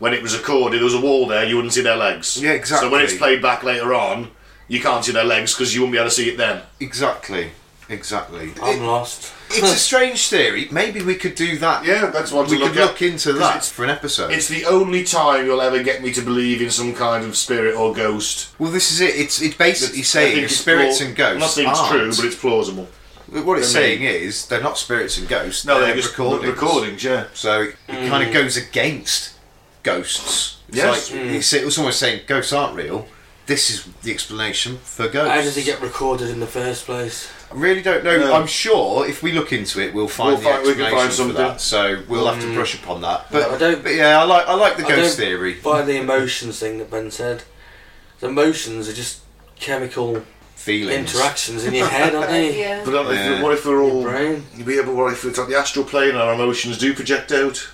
A: when it was recorded, there was a wall there. You wouldn't see their legs.
D: Yeah, exactly.
A: So when it's played back later on, you can't see their legs because you wouldn't be able to see it then.
D: Exactly. Exactly.
B: I'm
D: It-
B: lost.
D: it's a strange theory. Maybe we could do that.
A: Yeah, that's one to
D: we
A: look
D: could
A: at.
D: look into
A: 'Cause
D: that
A: it's-
D: for an episode.
A: It's the only time you'll ever get me to believe in some kind of spirit or ghost.
D: well, this is it. It's it's basically
A: It's- I
D: saying
A: think
D: the
A: it's
D: spirits
A: plau-
D: and ghosts.
A: I'm not saying it's
D: aren't.
A: true, but it's plausible.
D: what it's
A: they're
D: saying is they're not spirits and ghosts.
A: No,
D: they're,
A: they're just
D: recordings.
A: recordings. recordings yeah.
D: So it
B: Hmm.
D: kind of goes against ghosts. It's
A: Yes.
B: Hmm.
D: like it's, it was almost saying ghosts aren't real. This is the explanation for ghosts.
B: How does it get recorded in the first place?
D: I really don't know.
A: No.
D: I'm sure if we look into it, we'll find
A: We'll
D: the
A: find- we can
D: explanation
A: find
D: for that.
A: something.
D: So we'll have to brush upon that. But,
B: Hmm. I don't-
D: but yeah, I like I like the
B: I
D: ghost
B: don't
D: theory.
B: By the emotions thing that Ben said, the emotions are just chemical
D: Feelings.
B: interactions in your head, aren't
D: Eh.
B: they?
C: yeah.
A: But uh, if-
D: Yeah.
A: what if they're all?
B: Brain.
A: Yeah, but what if it's like the astral plane and our emotions do project out?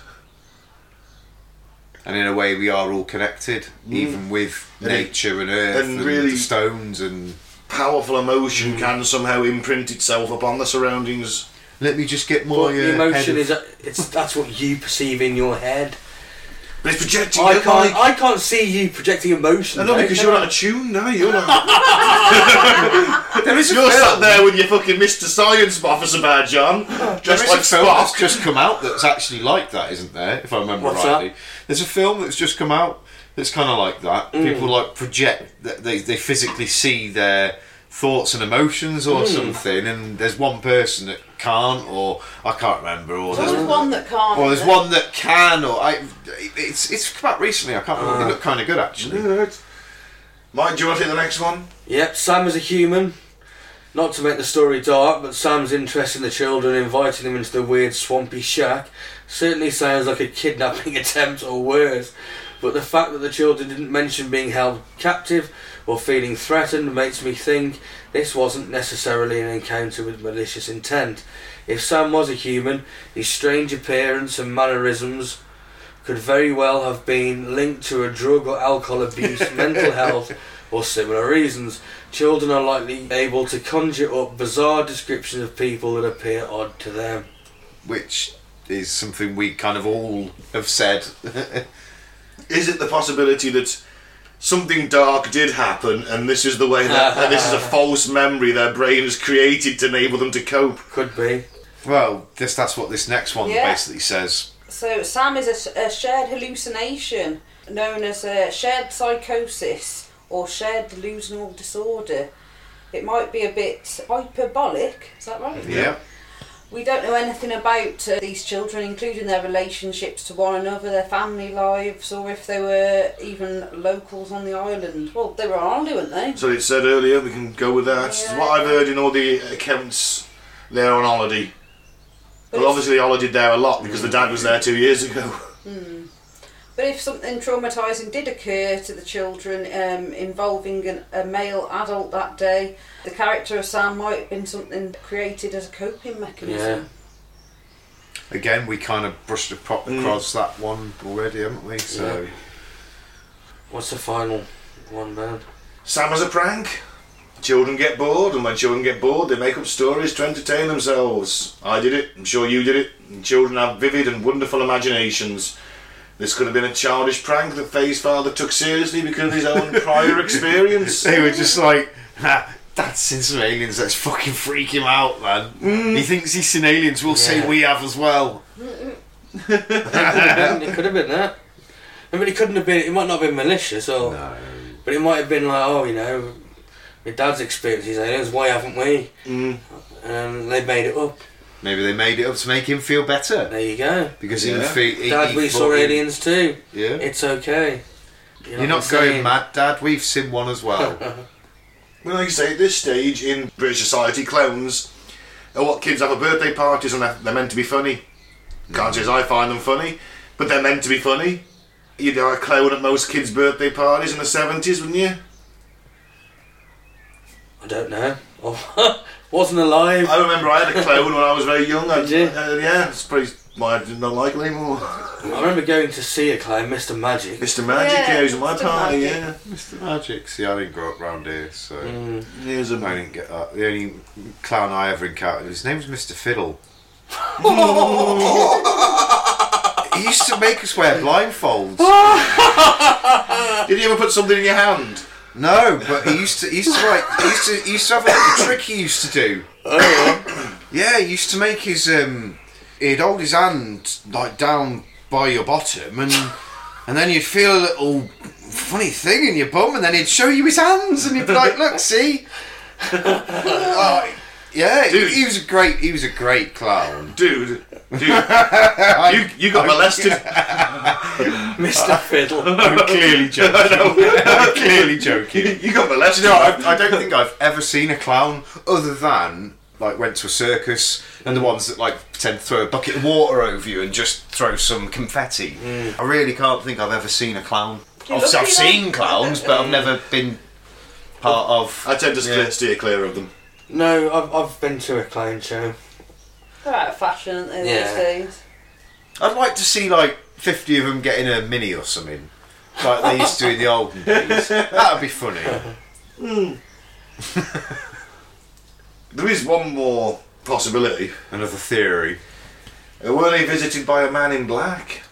D: And in a way, we are all connected, even with
A: And it-
D: nature and earth and,
A: and really-
D: the stones. And
A: Powerful emotion can somehow imprint itself upon the surroundings.
D: let me just get my
B: But
D: uh,
B: the
D: head
B: emotion
D: of-
B: is it's that's what you perceive in your head.
A: But it's projecting.
B: I
A: out,
B: can't
A: Mike.
B: I can't see you projecting emotion.
A: I know
B: though,
A: because
B: can
A: you're
B: I?
A: out of tune now. You're not.
D: There is a
A: You're sat
D: film.
A: there with your fucking Mr. Science Officer badge on,
D: There
A: dressed
D: is
A: like
D: a film that's
A: Spock.
D: just come out that's actually like that, isn't there? If I remember
B: What's
D: rightly, there's a film that's just come out that's kind of like that. People like project that they they physically see their thoughts and emotions or something, and there's one person that can't, or I can't remember, or
C: There's
D: there's
C: always one that can't.
D: or there's
C: isn't there?
D: one that can, or I. It's it's come out recently. I can't remember. It looked kind of good actually.
A: Mike, do you want to take the next one?
B: Yep, Sam is a human. Not to make the story dark, but Sam's interest in the children inviting them into the weird swampy shack certainly sounds like a kidnapping attempt or worse. But the fact that the children didn't mention being held captive or feeling threatened makes me think this wasn't necessarily an encounter with malicious intent. If Sam was a human, his strange appearance and mannerisms could very well have been linked to a drug or alcohol abuse, mental health, or similar reasons. Children are likely able to conjure up bizarre descriptions of people that appear odd to them.
D: Which is something we kind of all have said.
A: Is it the possibility that something dark did happen, and this is the way that and this is a false memory their brain has created to enable them to cope?
B: Could be.
D: well, this that's what this next one
C: Yeah.
D: basically says.
C: So Sam is a s- a, shared hallucination known as a shared psychosis or shared delusional disorder. It might be a bit hyperbolic, is that right?
D: Yeah.
C: We don't know anything about uh, these children, including their relationships to one another, their family lives, or if they were even locals on the island. Well, they were on holiday, weren't they?
A: So it said earlier, we can go with that. It's
C: Yeah.
A: what I've heard in all the accounts, they're on holiday.
C: But
A: well,
C: if-
A: obviously they holidayed there a lot because the dad was there two years ago.
C: But if something traumatising did occur to the children um, involving an, a male adult that day, the character of Sam might have been something created as a coping mechanism.
D: Again, we kind of brushed acro-
A: Mm.
D: across that one already, haven't we? So
B: What's the final one, man?
A: Sam has a prank. Children get bored, and when children get bored, they make up stories to entertain themselves. I did it, I'm sure you did it. And children have vivid and wonderful imaginations. This could have been a childish prank that Faye's father took seriously because of his own prior experience.
D: they were just like, ha, Dad's seen some aliens. Let's fucking freak him out, man. He thinks he's seen aliens. We'll say
B: Mm. Yeah.
D: we have as well.
B: it could have been that. I mean, it couldn't have been. It might not have been malicious, or but it might have been like, oh, you know, my dad's experience is aliens. Why haven't we?
A: Mm.
B: And they made it up.
D: Maybe they made it up to make him feel better
B: There you go.
D: because
A: Yeah.
D: he feel. He,
B: Dad,
D: he
B: we saw
D: fucking-
B: aliens too.
D: Yeah.
B: It's okay. You know
D: You're not
B: what I'm
D: going
B: saying?
D: mad, Dad. We've seen one as well.
A: Well, like I say, at this stage in British society, clowns are what kids have at birthday parties and they're, they're meant to be funny. Can't say as I find them funny, but they're meant to be funny. You'd have a clown at most kids' birthday parties in the 70s, wouldn't you?
B: I don't know. Oh, Wasn't alive.
A: I remember I had a clown when I was very young. I,
B: Did you?
A: Uh, yeah, it's pretty why I don't like it anymore.
B: I remember going to see a clown, Mr. Magic.
A: Mr. Magic, yeah,
C: Yeah,
A: he was at my
C: Mr.
A: party,
C: Magic.
A: yeah.
D: Mr. Magic. See, I didn't grow up round here, so
B: Mm.
A: He was a
D: I didn't get that. The only clown I ever encountered, his name was Mr. Fiddle. he used to make us wear blindfolds.
A: Did he ever put something in your hand?
D: No, but he used to he used to like he used to he used to have like, a trick he used to do. yeah, he used to make his um he'd hold his hand like down by your bottom and and then you'd feel a little funny thing in your bum and then he'd show you his hands and he'd be like, Look, see Oh, Yeah, he-
A: Dude.
D: he was a great he was a great clown.
A: Dude, dude, you, you got molested.
B: Mr. Fiddle.
D: I'm clearly joking. I'm clearly joking.
A: you got molested.
D: No, I, I don't think I've ever seen a clown other than like went to a circus and the ones that like pretend to throw a bucket of water over you and just throw some confetti.
B: Mm.
D: I really can't think I've ever seen a clown.
C: You're
D: Obviously, I've
C: lucky,
D: seen
C: though.
D: clowns, but I've never been part of.
A: I tend to
D: Yeah.
A: steer clear of them.
B: No, I've, I've been to a clown show.
C: They're out of fashion, aren't they,
B: Yeah.
C: these days?
D: I'd like to see like fifty of them getting a mini or something, like they used to in the olden days. That'd be funny.
A: There is one more possibility.
D: Another theory.
A: Uh, Were they visited by a man in black?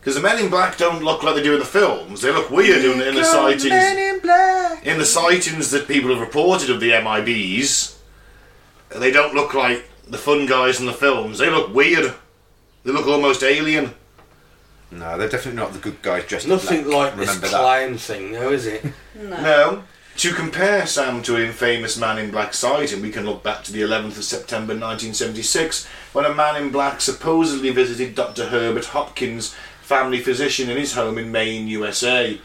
A: Because the men in black don't look like they do in the films. They look weird in, in the sightings.
D: in black.
A: In the sightings that people have reported of the MIBs, they don't look like the fun guys in the films. They look weird. They look almost alien.
D: No, they're definitely not the good guys dressed in
B: Nothing
D: black.
B: like this
D: Remember that.
B: clown thing, though, is it?
A: No. To compare Sam to an infamous man in black sighting, we can look back to the 11th of September 1976 when a man in black supposedly visited Dr. Herbert Hopkins, family physician, in his home in Maine, USA.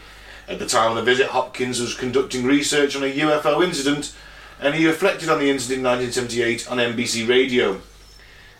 A: At the time of the visit, Hopkins was conducting research on a UFO incident and he reflected on the incident in 1978 on NBC radio.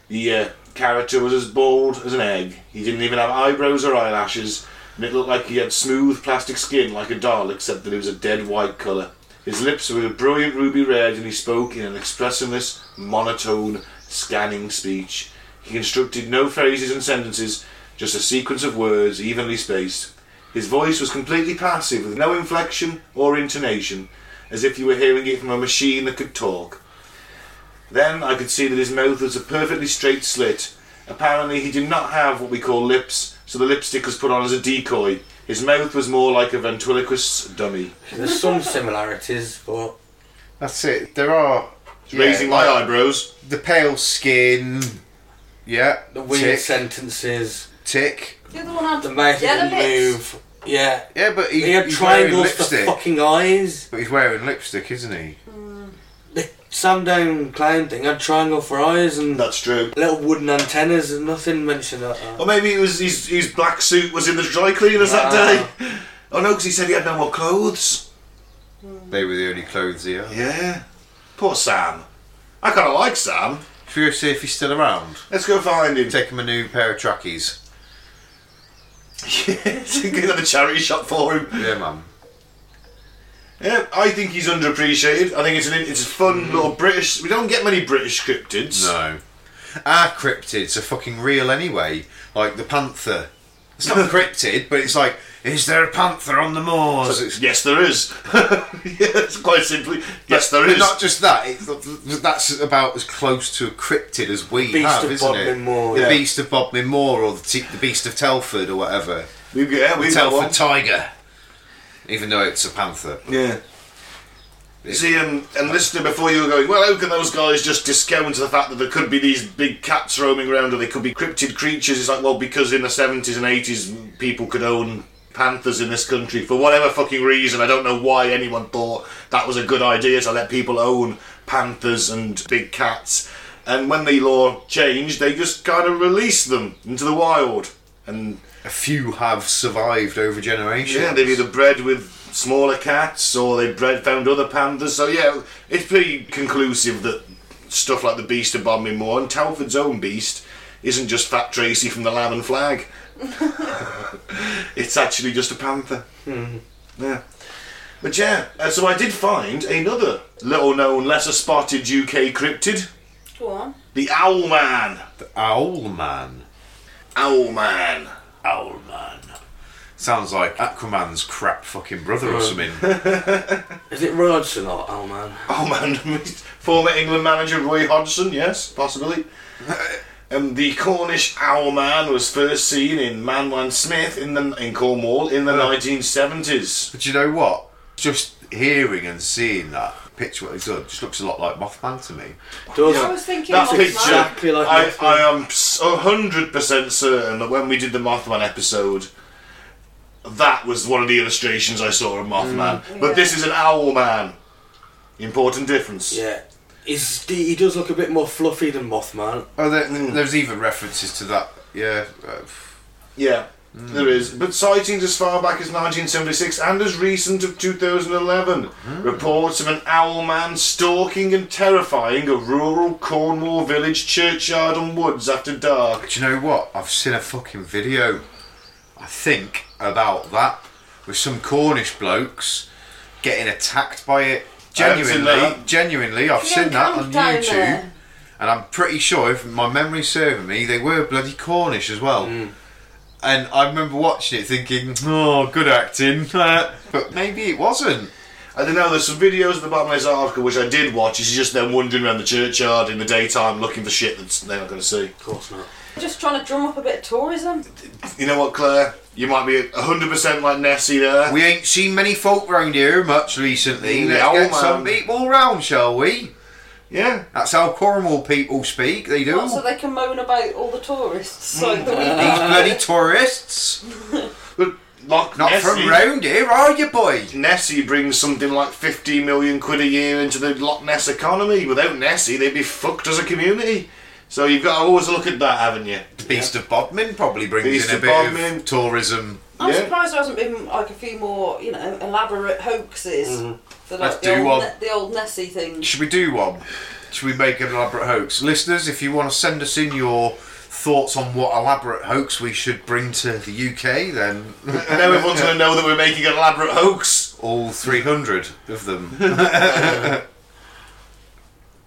A: The uh, character was as bald as an egg. He didn't even have eyebrows or eyelashes, and it looked like he had smooth plastic skin like a doll, except that it was a dead white colour. His lips were a brilliant ruby red, and he spoke in an expressionless, monotone, scanning speech. He constructed no phrases and sentences, just a sequence of words evenly spaced. His voice was completely passive, with no inflection or intonation, as if you were hearing it from a machine that could talk. Then I could see that his mouth was a perfectly straight slit. Apparently, he did not have what we call lips, so the lipstick was put on as a decoy. His mouth was more like a ventriloquist's dummy.
B: There's some similarities, but
D: That's it. There are
A: Raising my
D: like
A: eyebrows.
D: the pale skin, Yeah.
B: The weird
D: tick.
B: sentences.
D: tick.
C: The other one had
B: The mouth
C: yellow
B: didn't
C: bits.
B: move. Yeah.
D: Yeah, but he,
B: He had
D: he's wearing
B: triangles for
D: lipstick.
B: fucking eyes.
D: But he's wearing lipstick, isn't he?
B: The Sandown clown thing had triangle for eyes and
A: That's true.
B: little wooden antennas and nothing mentioned at that.
A: Or maybe it was his, his black suit was in the dry cleaners that
B: Wow.
A: day. Oh no, because he said he had no more clothes.
D: They were the only clothes he had.
A: Yeah. Poor Sam. I kind of like Sam.
D: Should we go see if he's still around?
A: Let's go find him.
D: Take him a new pair of trackies.
A: yes, get another charity shop for him.
D: Yeah, man.
A: Yeah, I think he's underappreciated. I think it's an it's a fun little British. We don't get many British cryptids.
D: Mm-hmm. No. Our cryptids are fucking real anyway. Like the panther. It's not cryptid, but it's like, is there a panther on the moors? It's-
A: Yes, there is. yes, quite simply. Yes, there
D: But
A: is.
D: not just that. It's, that's about as close to a cryptid as we
B: Beast
D: have,
B: of
D: isn't it?
B: Bodmin Moor,
D: the
A: yeah.
D: beast of Bodmin Moor, or the, te- the beast of Telford, or whatever.
A: We've got, yeah,
D: The
A: we've got one.
D: Telford tiger. Even though it's a panther.
A: Yeah. See, um, and listener, before you were going, well, how can those guys just discount the fact that there could be these big cats roaming around or they could be cryptid creatures? It's like, well, because in the 70s and 80s people could own panthers in this country for whatever fucking reason. I don't know why anyone thought that was a good idea to let people own panthers and big cats. And when the law changed, they just kind of released them into the wild. And
D: A few have survived over generations.
A: yeah, they've either bred with smaller cats or they bred found other panthers. So yeah, it's pretty conclusive that stuff like the Beast of Bodmin Moor and Telford's own beast isn't just Fat Tracy from the Lamb and Flag. it's actually just a panther. Yeah. But yeah, uh, so I did find another little-known, lesser-spotted UK cryptid,
C: Go on.
A: the Owl Man.
D: The owl man.
A: Owl Man.
D: Owl man. Sounds like Aquaman's crap fucking brother or something.
B: Is it Rodson or oh man?
A: Oh man, former England manager Roy Hodgson, yes, possibly. Um, the Cornish owl man was first seen in Manwan Smith in the in Cornwall in the 1970s.
D: But you know what? Just hearing and seeing that picture what he's done just looks a lot like Mothman to me.
B: Does
C: I was thinking
A: That
C: of
A: picture,
C: that.
B: exactly like
A: I,
B: Mothman.
A: I am hundred percent certain that when we did the Mothman episode, that was one of the illustrations I saw of Mothman. But
C: Mm. Yeah.
A: this is an owl man. Important difference.
B: Yeah. He's, he does look a bit more fluffy than Mothman.
D: Oh, there, there's even references to that. Yeah. uh,
A: Yeah,
D: Mm.
A: there is. But sightings as far back as 1976 and as recent of 2011.
D: Hmm.
A: Reports of an owl man stalking and terrifying a rural Cornwall village churchyard and woods after dark.
D: Do you know what? I've seen a fucking video, I think, about that with some Cornish blokes getting attacked by it.
A: I haven't seen
D: Genuinely,
A: that.
D: genuinely, I've
C: Young
D: seen that
C: camp
D: on
C: down
D: YouTube,
C: there.
D: and I'm pretty sure, if my memory's serving me, they were bloody Cornish as well. And I remember watching it, thinking, "Oh, good acting," but maybe it wasn't.
A: I don't know, there's some videos at the bottom of this article which I did watch. It's just them wandering around the churchyard in the daytime looking for shit that they're not going to see.
B: Of course not.
C: Just trying to drum up a bit of tourism.
A: You know what, Claire? You might be 100% like Nessie there.
D: We ain't seen many folk round here much recently.
A: Mm,
D: Let's
A: no,
D: get
A: man.
D: some people round, shall we?
A: yeah.
D: That's how Cornwall people speak. They do.
C: Not so they can moan about all the tourists. Like the
D: These
C: weekend.
D: bloody tourists,
A: But like
D: not
A: Nessie-
D: from round here, are you, boy?
A: Nessie brings something like 50 million quid a year into the Loch Ness economy. Without Nessie, they'd be fucked as a community. So you've got to always look at that, haven't you?
D: The Beast of Bodmin probably brings
A: Beast
D: in a
A: of
D: bit
A: Bodmin.
D: of tourism.
C: I'm
A: Yeah.
C: surprised there hasn't been like a few more, you know, elaborate hoaxes. For, like,
D: Let's
C: the,
D: do
C: old
D: one.
C: Ne- the old Nessie thing.
D: Should we do one? Should we make an elaborate hoax? Listeners, if you want to send us in your thoughts on what elaborate hoax we should bring to the UK, then
A: And now everyone's going to know that we're making an elaborate hoax.
D: all 300 of them.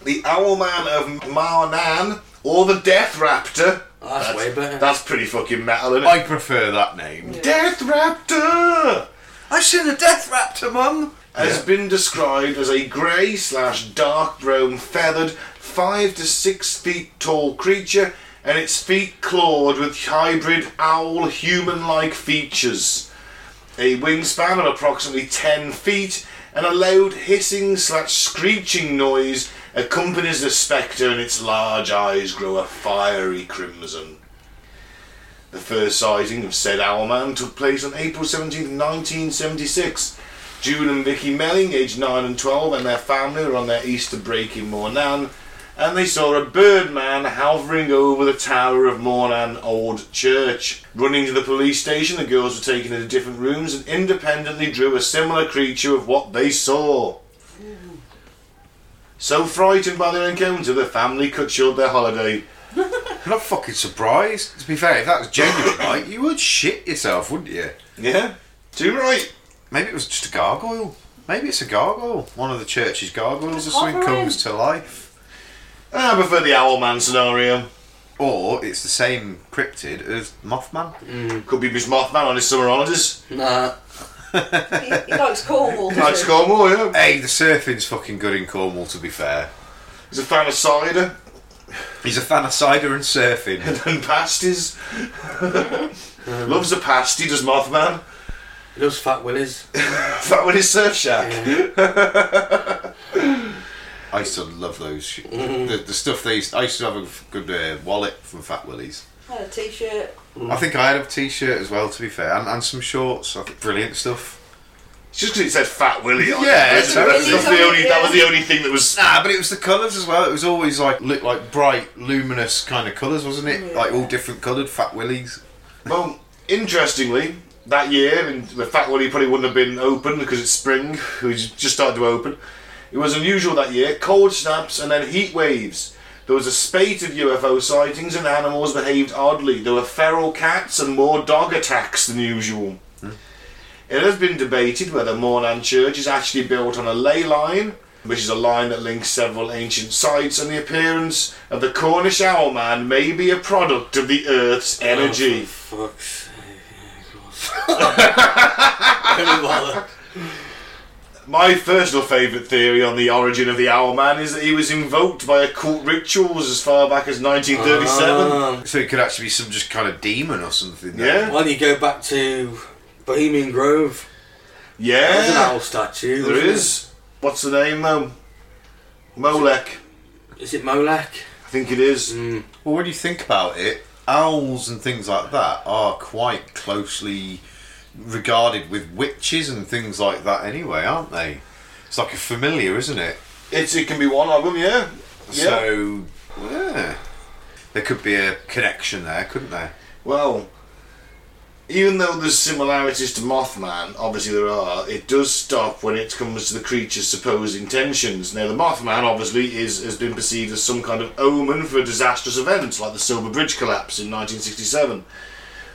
A: The Owlman of Marnan, or the Death Raptor.
B: Oh, that's, way better.
A: That's pretty fucking metal, isn't it?
D: I prefer that name.
A: Death Raptor!
D: I've seen a death raptor, mum.
A: has been described as a grey slash dark brown feathered, five to six feet tall creature, and its feet clawed with hybrid owl human like features. A wingspan of approximately 10 feet and a loud hissing slash screeching noise accompanies the spectre, and its large eyes grow a fiery crimson. The first sighting of said Owlman took place on April 17, 1976. June and Vicky Melling, aged 9 and 12, and their family were on their Easter break in Mornan, and they saw a birdman hovering over the tower of Mornan Old Church. Running to the police station, the girls were taken into different rooms and independently drew a similar creature of what they saw. So frightened by their encounter, the family cut short their holiday.
D: I'm not fucking surprised. To be fair, if that was genuine, right, you would shit yourself, wouldn't you?
A: Yeah, too right.
D: Maybe it was just a gargoyle. Maybe it's a gargoyle. One of the church's gargoyles or something
C: Hovering.
D: comes to life.
A: I prefer the Owlman scenario.
D: Or it's the same cryptid as Mothman.
A: Could be Miss Mothman on his summer holidays.
B: Nah.
C: He, he likes Cornwall. doesn't
A: Like
C: he?
A: Scormore, yeah.
D: Hey, the surfing's fucking good in Cornwall, to be fair.
A: He's a fan of cider
D: He's a fan of cider and surfing.
A: and pasties. Loves a pasty, does Mothman.
B: He loves Fat Willies.
A: That with his surf shack.
D: I used to love those. sh- The, the stuff they used, I used to have a good uh, wallet from Fat Willie's.
C: Had a t-shirt.
D: I think I had a t shirt as well, to be fair, and, and some shorts. I think Brilliant stuff.
A: It's just because it said Fat Willie on
D: Yeah,
A: it. That's,
D: it's
A: that's,
D: really
A: that's
C: funny,
A: the only, That was
C: yeah.
A: the only thing that was.
D: Nah, Ah, but it was the colours as well. It was always like looked like bright, luminous kind of colours, wasn't it? Like all different coloured Fat Willies.
A: Well, interestingly, that year, and the Fat Willie probably wouldn't have been open because it's spring, it was just started to open. It was unusual that year cold snaps and then heat waves. There was a spate of UFO sightings and animals behaved oddly. There were feral cats and more dog attacks than usual. It has been debated whether Mornan Church is actually built on a ley line, which is a line that links several ancient sites, and the appearance of the Cornish owl man may be a product of the Earth's energy.
B: Oh, for fuck's sake. Yeah, of course. Couldn't bother.
A: My personal favourite theory on the origin of the owl man is that he was invoked by occult rituals as far back as 1937.
B: Ah.
D: So it could actually be some just kind of demon or something. then.
A: Yeah.
B: Well, you go back to Bohemian Grove. There's an
A: yeah,
B: owl statue.
A: Eh. there
B: wasn't
A: is. What's the name, um, Molek.
B: there? Is it Molech?
A: I think it is.
B: Mm.
D: Well, when you think about it, owls and things like that are quite closely regarded with witches and things like that, anyway, aren't they? It's like a familiar, isn't it?
A: It's, it can be one of them, yeah. yeah.
D: So, yeah. There could be a connection there, couldn't there?
A: Well, even though there's similarities to Mothman, obviously there are, it does stop when it comes to the creature's supposed intentions. Now, the Mothman obviously is has been perceived as some kind of omen for disastrous events like the Silver Bridge collapse in 1967.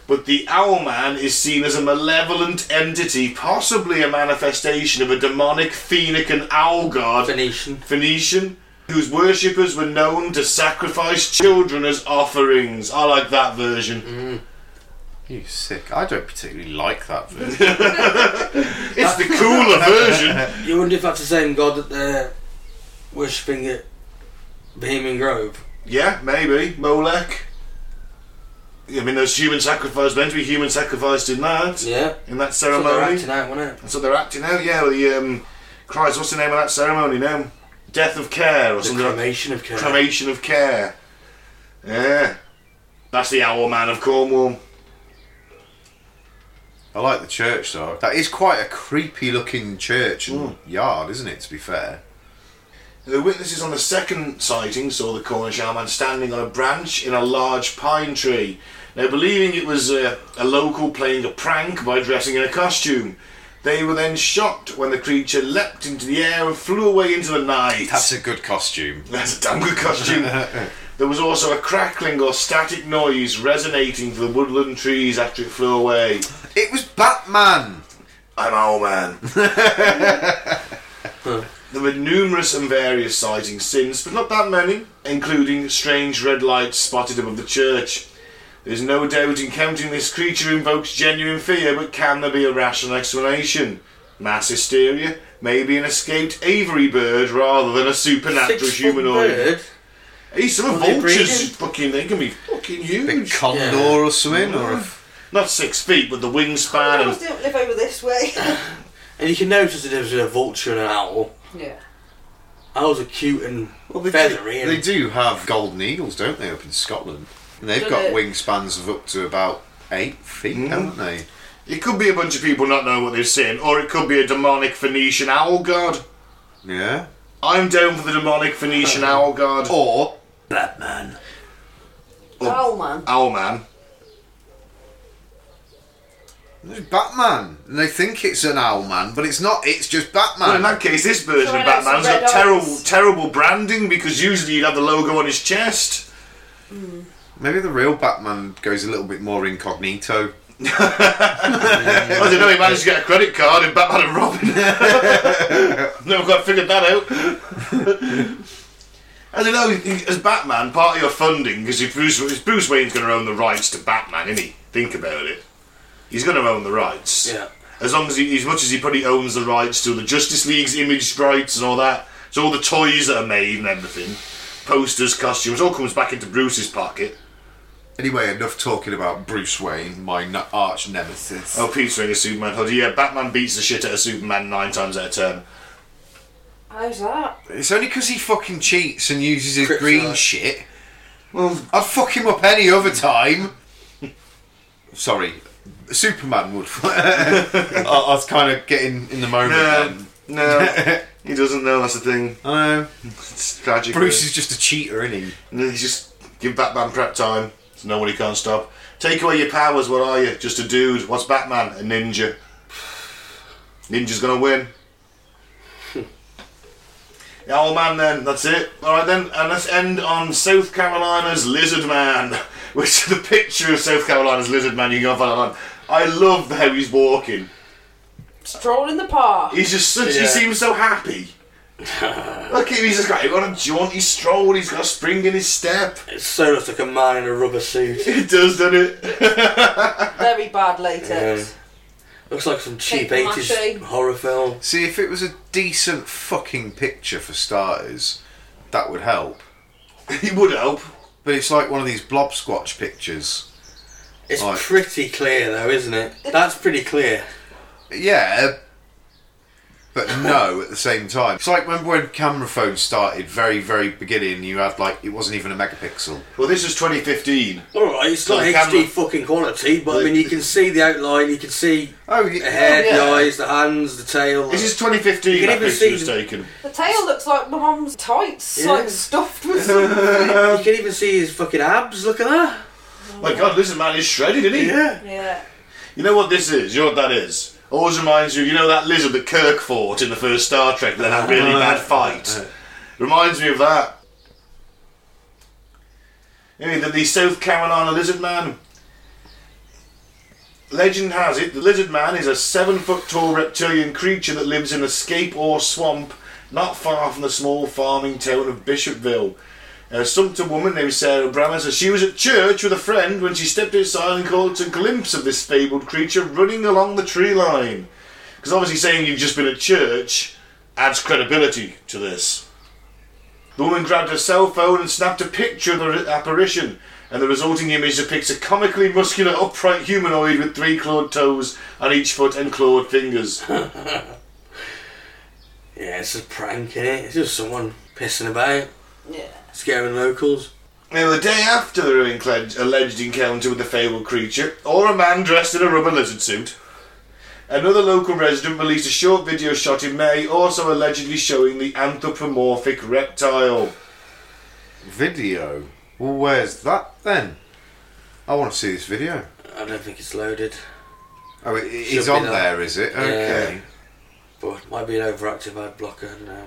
A: But the Owlman is seen as a malevolent entity, possibly a manifestation of a demonic, Phoenician owl god
B: Phoenician.
A: Phoenician, whose worshippers were known to sacrifice children as offerings. I like that version.
D: You sick. I don't particularly like that version.
A: It's the cooler version.
B: You wonder if that's the same god that they're worshipping at Bohemian Grove.
A: Yeah, maybe. Molech. I mean, there's human sacrifice, meant to be human sacrificed in that,
B: Yeah.
A: in that
B: That's what they're
A: ceremony.
B: acting out, wasn't it?
A: That's what they're acting out, yeah. Well, the, um, Christ, what's the name of that ceremony now? Death of Care or
B: The
A: something like
B: cremation of Cain.
A: Cremation of Care. Yeah. That's the Owl Man of Cornwall.
D: I like the church, though. That is quite a creepy looking church and
A: Mm.
D: yard, isn't it, to be fair?
A: The witnesses on the second sighting saw the Cornish owlman standing on a branch in a large pine tree. Now, believing it was a, a local playing a prank by dressing in a costume, they were then shocked when the creature leapt into the air and flew away into the night.
D: That's a good costume.
A: That's a damn good costume. there was also a crackling or static noise resonating through the woodland trees after it flew away.
D: It was Batman!
A: I'm old man. there were numerous and various sightings since, but not that many, including strange red lights spotted above the church. There's no doubt encountering this creature invokes genuine fear, but can there be a rational explanation? Mass hysteria? Maybe an escaped Avery bird rather than a supernatural
B: Six foot
A: humanoid.
B: bird.
A: Hey, some
B: Are they
A: vultures
B: breeding?
A: fucking they can be fucking
D: Big
A: huge.
D: condor
B: Yeah.
D: or something, or a
A: Not six feet, but the wingspan
C: Owls
A: and
C: don't live over this way.
B: And you can notice the difference between a vulture and an owl.
C: Yeah.
B: Owls are cute and
D: Well, they
B: feathery.
D: Do,
B: and
D: they do have golden eagles, don't they, up in Scotland? And they've
C: Do
D: got
C: they?
D: wingspans of up to about eight feet,
A: Mm.
D: haven't they?
A: It could be a bunch of people not knowing what they're saying, or it could be a demonic Phoenician owl god.
D: Yeah.
A: I'm down for the demonic Phoenician owl god. Or
D: Or
B: Batman.
C: Owl Oh, man.
A: owl man.
D: there's Batman, and they think it's an owl man, but it's not. It's just Batman.
A: Well, in that case, this version
C: So
A: of
C: it has
A: Batman's
C: red
A: got terrible,
C: eyes.
A: terrible branding because usually you'd have the logo on his chest.
D: Maybe the real Batman goes a little bit more incognito.
A: I don't know, he managed to get a credit card in Batman and Robin. Never quite figured that out. I don't know, as Batman, part of your funding, because if Bruce, if Bruce Wayne's going to own the rights to Batman, isn't he? Think about it. He's going to own the rights.
B: Yeah.
A: As long as he, as much as he probably owns the rights to the Justice League's image rights and all that, so all the toys that are made and everything, posters, costumes, all comes back into Bruce's pocket.
D: Anyway, enough talking about Bruce Wayne, my n- arch nemesis.
A: Oh, Pete's wearing a Superman hoodie. Yeah, Batman beats the shit out of Superman nine times out of ten.
C: How's that?
D: It's only because he fucking cheats and uses his
B: Kryptonite.
D: green shit. Well, I'd fuck him up any other time. Sorry, Superman would. I, I was kind of getting in the moment. then.
A: no, he doesn't know. That's the thing.
D: I know.
A: It's tragic.
D: Bruce is just a cheater, isn't he?
A: really. He's just give Batman prep time. So nobody can't stop. Take away your powers. What are you? Just a dude. What's Batman? A ninja. Ninja's gonna win. The old man. Then that's it. All right then, and let's end on South Carolina's Lizard Man, which the picture of South Carolina's Lizard Man you can go and find online. I love how he's walking.
C: Stroll in the park.
A: He's just such. He
B: Yeah.
A: seems so happy. Look at him. He's just got. He's got a jaunty stroll. He's got a spring in his step.
B: It so looks like a man in a rubber suit.
A: It does, doesn't it?
C: Very bad latex.
B: looks like some cheap
C: Paper
B: 80s
C: mache.
B: horror film.
D: See, if it was a decent fucking picture for starters, that would help.
A: It would help.
D: But it's like one of these blob squatch pictures.
B: It's
D: Right.
B: pretty clear though, isn't it? That's pretty clear.
D: Yeah, uh, but no at the same time. It's like remember when camera phones started, very very beginning. You had like it wasn't even a megapixel.
A: Well, this was 2015.
B: Alright, it's not
A: Like
B: HD
A: camera-
B: fucking quality, but I mean you can see the outline, you can see
D: Oh,
B: the
D: yeah.
B: head,
A: yeah.
B: the eyes, the hands, the tail.
A: This is 2015.
B: You can
A: that
B: even
A: picture
B: see
A: was
B: the-
A: taken.
C: The tail looks like my mum's tights,
B: Yeah.
C: like stuffed with something.
B: you can even see his fucking abs, look at that.
A: My God, Lizard Man is shredded, isn't he?
C: yeah.
A: You know what this is? You know what that is? Always reminds you. You know that lizard that Kirk fought in the first Star Trek that had a really bad fight. Reminds me of that. Anyway, the, the South Carolina lizard man. Legend has it the lizard man is a seven foot tall reptilian creature that lives in a scape or swamp not far from the small farming town of Bishopville. A Sumter Uh, woman named Sarah Brammer says she was at church with a friend when she stepped outside and caught a glimpse of this fabled creature running along the tree line. Because obviously, saying you've just been at church adds credibility to this. The woman grabbed her cell phone and snapped a picture of the apparition, and the resulting image depicts a comically muscular upright humanoid with three clawed toes on each foot and clawed fingers.
B: Yeah, it's a prank, innit? It's just someone pissing about,
C: Yeah.
B: scaring locals.
A: Now, the day after their incle- alleged encounter with the fabled creature, or a man dressed in a rubber lizard suit, another local resident released a short video shot in May, also allegedly showing the anthropomorphic reptile.
D: Video. Well, where's that then? I want to see this video.
B: I don't think it's loaded,
D: Oh, it, it's
B: be
D: on
B: that.
D: there, is it? Okay.
B: but might be an overactive ad blocker, I don't know.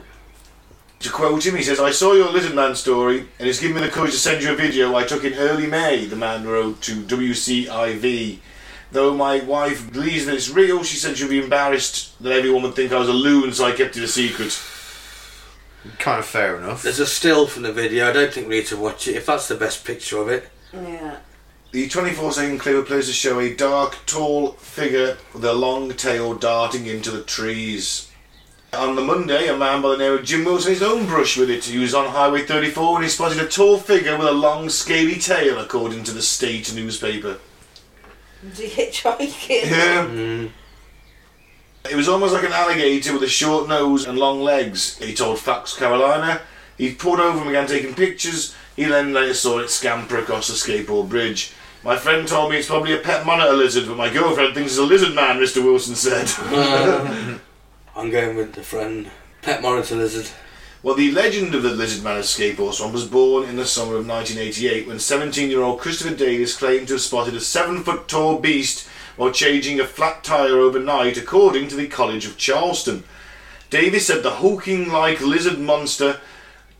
A: To quote him, he says, I saw your lizard man story, and it's given me the courage to send you a video I took in early May, the man wrote to WCIV. Though my wife believes that it's real, she said she'd be embarrassed that everyone would think I was a loon, so I kept it a secret.
D: Kind of fair enough.
B: There's a still from the video, I don't think we need to watch it. If that's the best picture of it,
C: Yeah.
A: The 24 second clip appears to show a dark, tall figure with a long tail darting into the trees. On the Monday, a man by the name of Jim Wilson had his own brush with it. He was on Highway 34 when he spotted a tall figure with a long, scaly tail, according to the state newspaper.
C: Is he hitchhiking?
A: Yeah. Mm. It was almost like an alligator with a short nose and long legs, he told Fox Carolina. He pulled over and began taking pictures. He then later saw it scamper across the skateboard bridge. My friend told me it's probably a pet monitor lizard, but my girlfriend thinks it's a lizard man, Mr. Wilson said.
B: I'm going with the friend pet monitor lizard.
A: Well, the legend of the Lizard Man of Skateboard Swamp was born in the summer of 1988 when 17 year old Christopher Davis claimed to have spotted a 7 foot tall beast while changing a flat tyre overnight, according to the College of Charleston. Davis said the hulking like lizard monster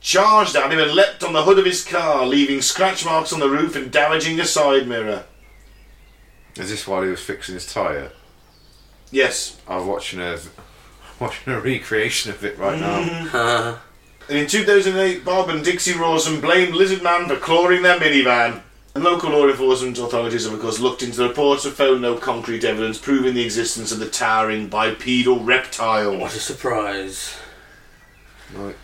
A: charged at him and leapt on the hood of his car, leaving scratch marks on the roof and damaging a side mirror.
D: Is this while he was fixing his tyre?
A: Yes.
D: I'm watching a watching a recreation of it right
B: Mm.
D: now.
A: And in 2008, Bob and Dixie Rawson blamed Lizard Man for clawing their minivan. And local law enforcement authorities have, of course, looked into the reports and found no concrete evidence proving the existence of the towering bipedal reptile.
B: What a surprise.
D: Right.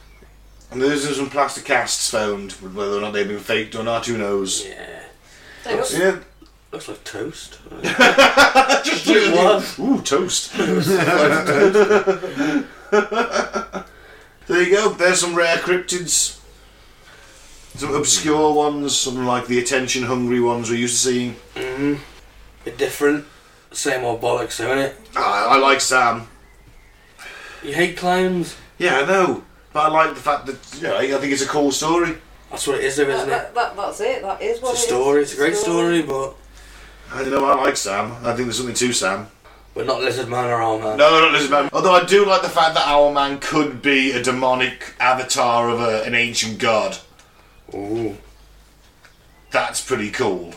A: And there's some plaster casts found, but whether or not they've been faked or not, who knows?
B: Yeah.
C: They look-
A: Yeah.
B: Looks like toast.
A: Just
B: Wait, what?
A: Ooh, toast. there you go. There's some rare cryptids. Some obscure ones, some like the attention hungry ones we're used to seeing.
B: Bit different. Same old bollocks, though, innit?
A: Ah, I like Sam.
B: You hate clowns?
A: Yeah, I know. But I like the fact that, you know, I I think it's a cool story.
B: That's what it is, though,
C: that,
B: isn't it?
C: that, that, that's it. That is what
B: It's
C: it
B: a
C: is.
B: story. It's a great story, but
A: I don't know, I like Sam. I think there's something to Sam.
B: we're not lizard man or owl man.
A: No, not Lizardman. Although I do like the fact that Owlman could be a demonic avatar of a, an ancient god.
B: Ooh.
A: That's pretty cool.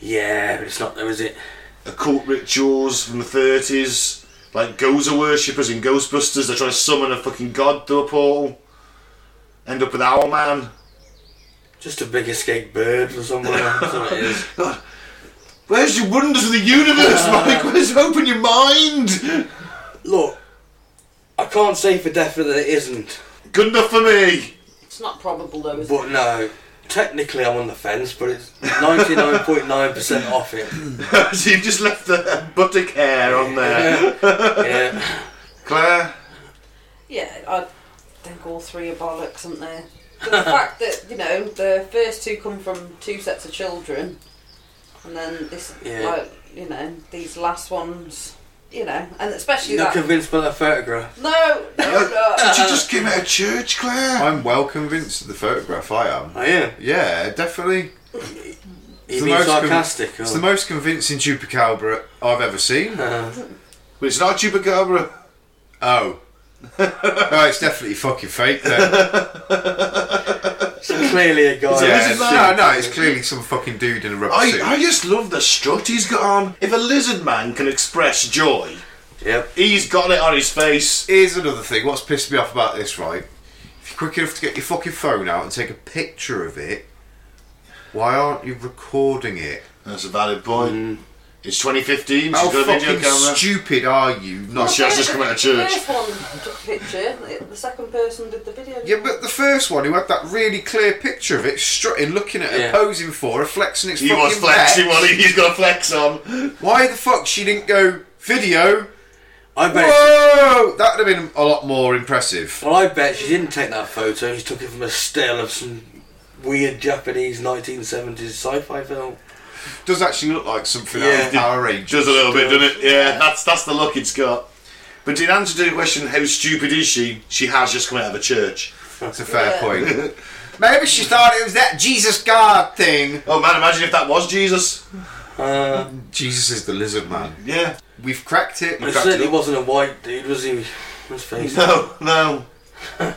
B: Yeah, but it's not though, is it?
A: occult rituals from the 30s, like Gozer worshippers in Ghostbusters. They try to summon a fucking god through a portal, end up with Owlman.
B: Just a big escaped bird from somewhere. That's what it is.
A: Where's your wonders of the universe, Mike? Where's open your mind?
B: Look, I can't say for definite that it isn't,
A: Good enough for me.
C: It's not probable though, is it?
B: but no. Technically, I'm on the fence, but it's 99.9% off it.
A: so you've just left the buttock hair on there.
B: Yeah. yeah.
A: Claire?
C: Yeah, I think all three are bollocks, aren't they? But the fact that you know the first two come from two sets of children, and then this,
B: Yeah.
C: like you know, these last ones, you know, and especially
B: You're not
C: that.
B: convinced by that photograph.
C: no, no, no.
B: Uh,
A: Did you just give it a church, Claire?
D: I'm well convinced of the photograph. I am.
B: I am.
D: Yeah, definitely.
B: You
D: the
B: being
D: most con-
B: sarcastic?
D: It's
B: or-
D: the most convincing chupacabra I've ever seen.
B: Uh,
A: But it's not Chupacabra.
D: Oh. oh, it's definitely fucking fake then.
B: it's clearly a guy.
D: yeah,
A: lizard
D: no,
A: man.
D: no, it's clearly some fucking dude in a rubber
A: I,
D: suit.
A: I just love the strut he's got on. If a lizard man can express joy,
B: Yep.
A: he's got it on his face.
D: Here's another thing. What's pissed me off about this, right? If you're quick enough to get your fucking phone out and take a picture of it, why aren't you recording it?
A: That's a valid point. Mm. It's 2015.
D: How
A: She's got a video
D: fucking
A: camera.
D: stupid are you? Not.
A: She has just come out of church.
C: The first one took a picture. The- The second person did the video.
D: Yeah, but the first one who had that really clear picture of it, strutting, looking at her,
B: Yeah.
D: posing for her, flexing its
A: he
D: fucking
A: was flexing.
D: pecs.
A: Well, he's got a flex on.
D: Why the fuck she didn't go video?
B: I bet.
D: Whoa, that would have been a lot more impressive.
B: Well, I bet she didn't take that photo. She took it from a still of some weird Japanese 1970s sci-fi film.
D: Does actually look like something out of
B: Yeah.
D: Power Rangers.
A: Just a little bit, doesn't it? Yeah, that's that's the look it's got. But in answer to the question, how stupid is she? She has just come out of a church.
D: That's a fair
C: Yeah.
D: point. Maybe she thought it was that Jesus God thing.
A: Oh man, imagine if that was Jesus.
B: Uh,
D: Jesus is the lizard man.
A: Yeah.
D: We've cracked it.
B: it
D: We've cracked
B: certainly
D: it.
B: wasn't a white dude, was he? Let's face it.
A: No, no,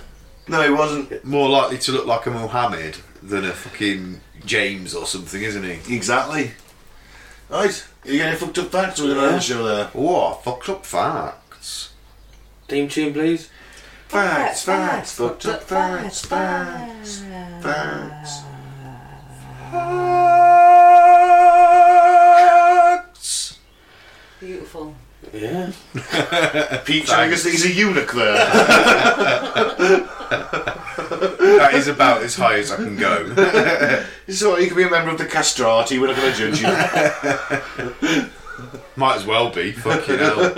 A: no. He wasn't
D: More likely to look like a Mohammed than a fucking James or something, isn't he?
A: exactly. Right. Are you getting fucked up facts with yeah.
B: Yeah.
A: the show there?
D: Oh, fucked up facts.
B: Theme tune, please.
A: Facts, facts, fucked up facts, facts, facts. Ah.
D: Facts.
C: Beautiful.
B: Yeah.
A: Pete Chagas, he's a eunuch there.
D: That is about as high as I can go.
A: So you can be a member of the castrati. We're not going to judge you.
D: Might as well be. Fucking hell.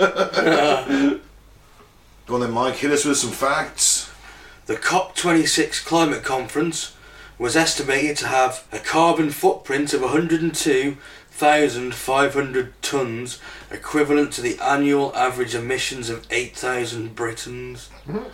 A: Go on then, Mike, hit us with some facts.
B: The COP26 climate conference was estimated to have a carbon footprint of 102,500 tonnes, equivalent to the annual average emissions of 8,000 Britons.
C: What?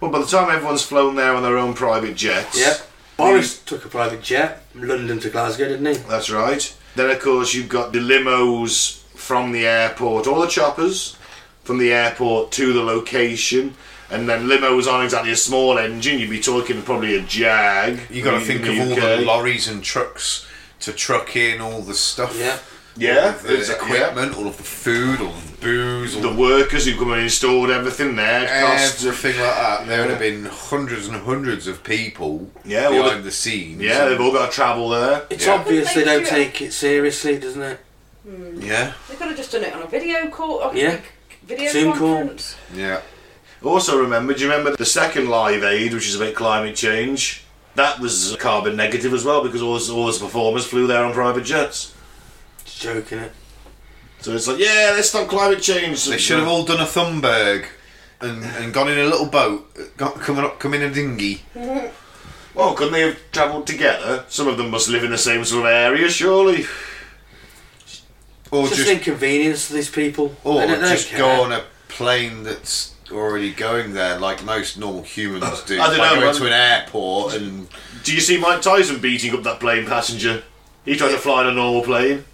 A: Well, by the time everyone's flown there on their own private jets,
B: Yep. Boris took a private jet from London to Glasgow, didn't he?
A: that's right. Then, of course, you've got the limos from the airport, or the choppers from the airport to the location. And then limos aren't exactly a small engine. You'd be talking probably a Jag.
D: you got to
A: in
D: think of all
A: UK.
D: the lorries and trucks to truck in all the stuff.
B: Yeah.
D: All
A: yeah,
D: of the
A: it's a- yeah.
D: equipment, all of the food, all of the booze, all
A: the workers who come and installed everything there. Costs.
D: everything like that. There would have been hundreds and hundreds of people
A: Yeah, all
D: behind
A: the-
D: the, scenes.
A: Yeah, they've all got to travel there.
B: It's
D: Yeah.
B: obvious they don't
C: Yeah.
B: take it seriously, doesn't it?
D: yeah,
C: They could have just done it on a video call. On
B: Yeah.
C: Video
B: Zoom call.
C: conference.
D: yeah.
A: Also, remember, do you remember the second Live Aid, which is about climate change? That was carbon negative as well because all, those- all those performers flew there on private jets.
B: Just joking it.
A: So it's like, yeah, let's stop climate change.
D: They should have all done a Thunberg and, and gone in a little boat, got, come, up, come in a dinghy.
A: Well, couldn't they have travelled together? Some of them must live in the same sort of area, surely.
D: Or
B: It's just,
D: just,
B: inconvenience to these people.
D: or
B: They don't- they don't
D: just
B: care.
D: go on a plane that's already going there, like most normal humans do.
A: I don't
D: like
A: know,
D: Go
A: man.
D: to an airport and
A: Do you see Mike Tyson beating up that plane passenger? He tried to fly in a normal plane.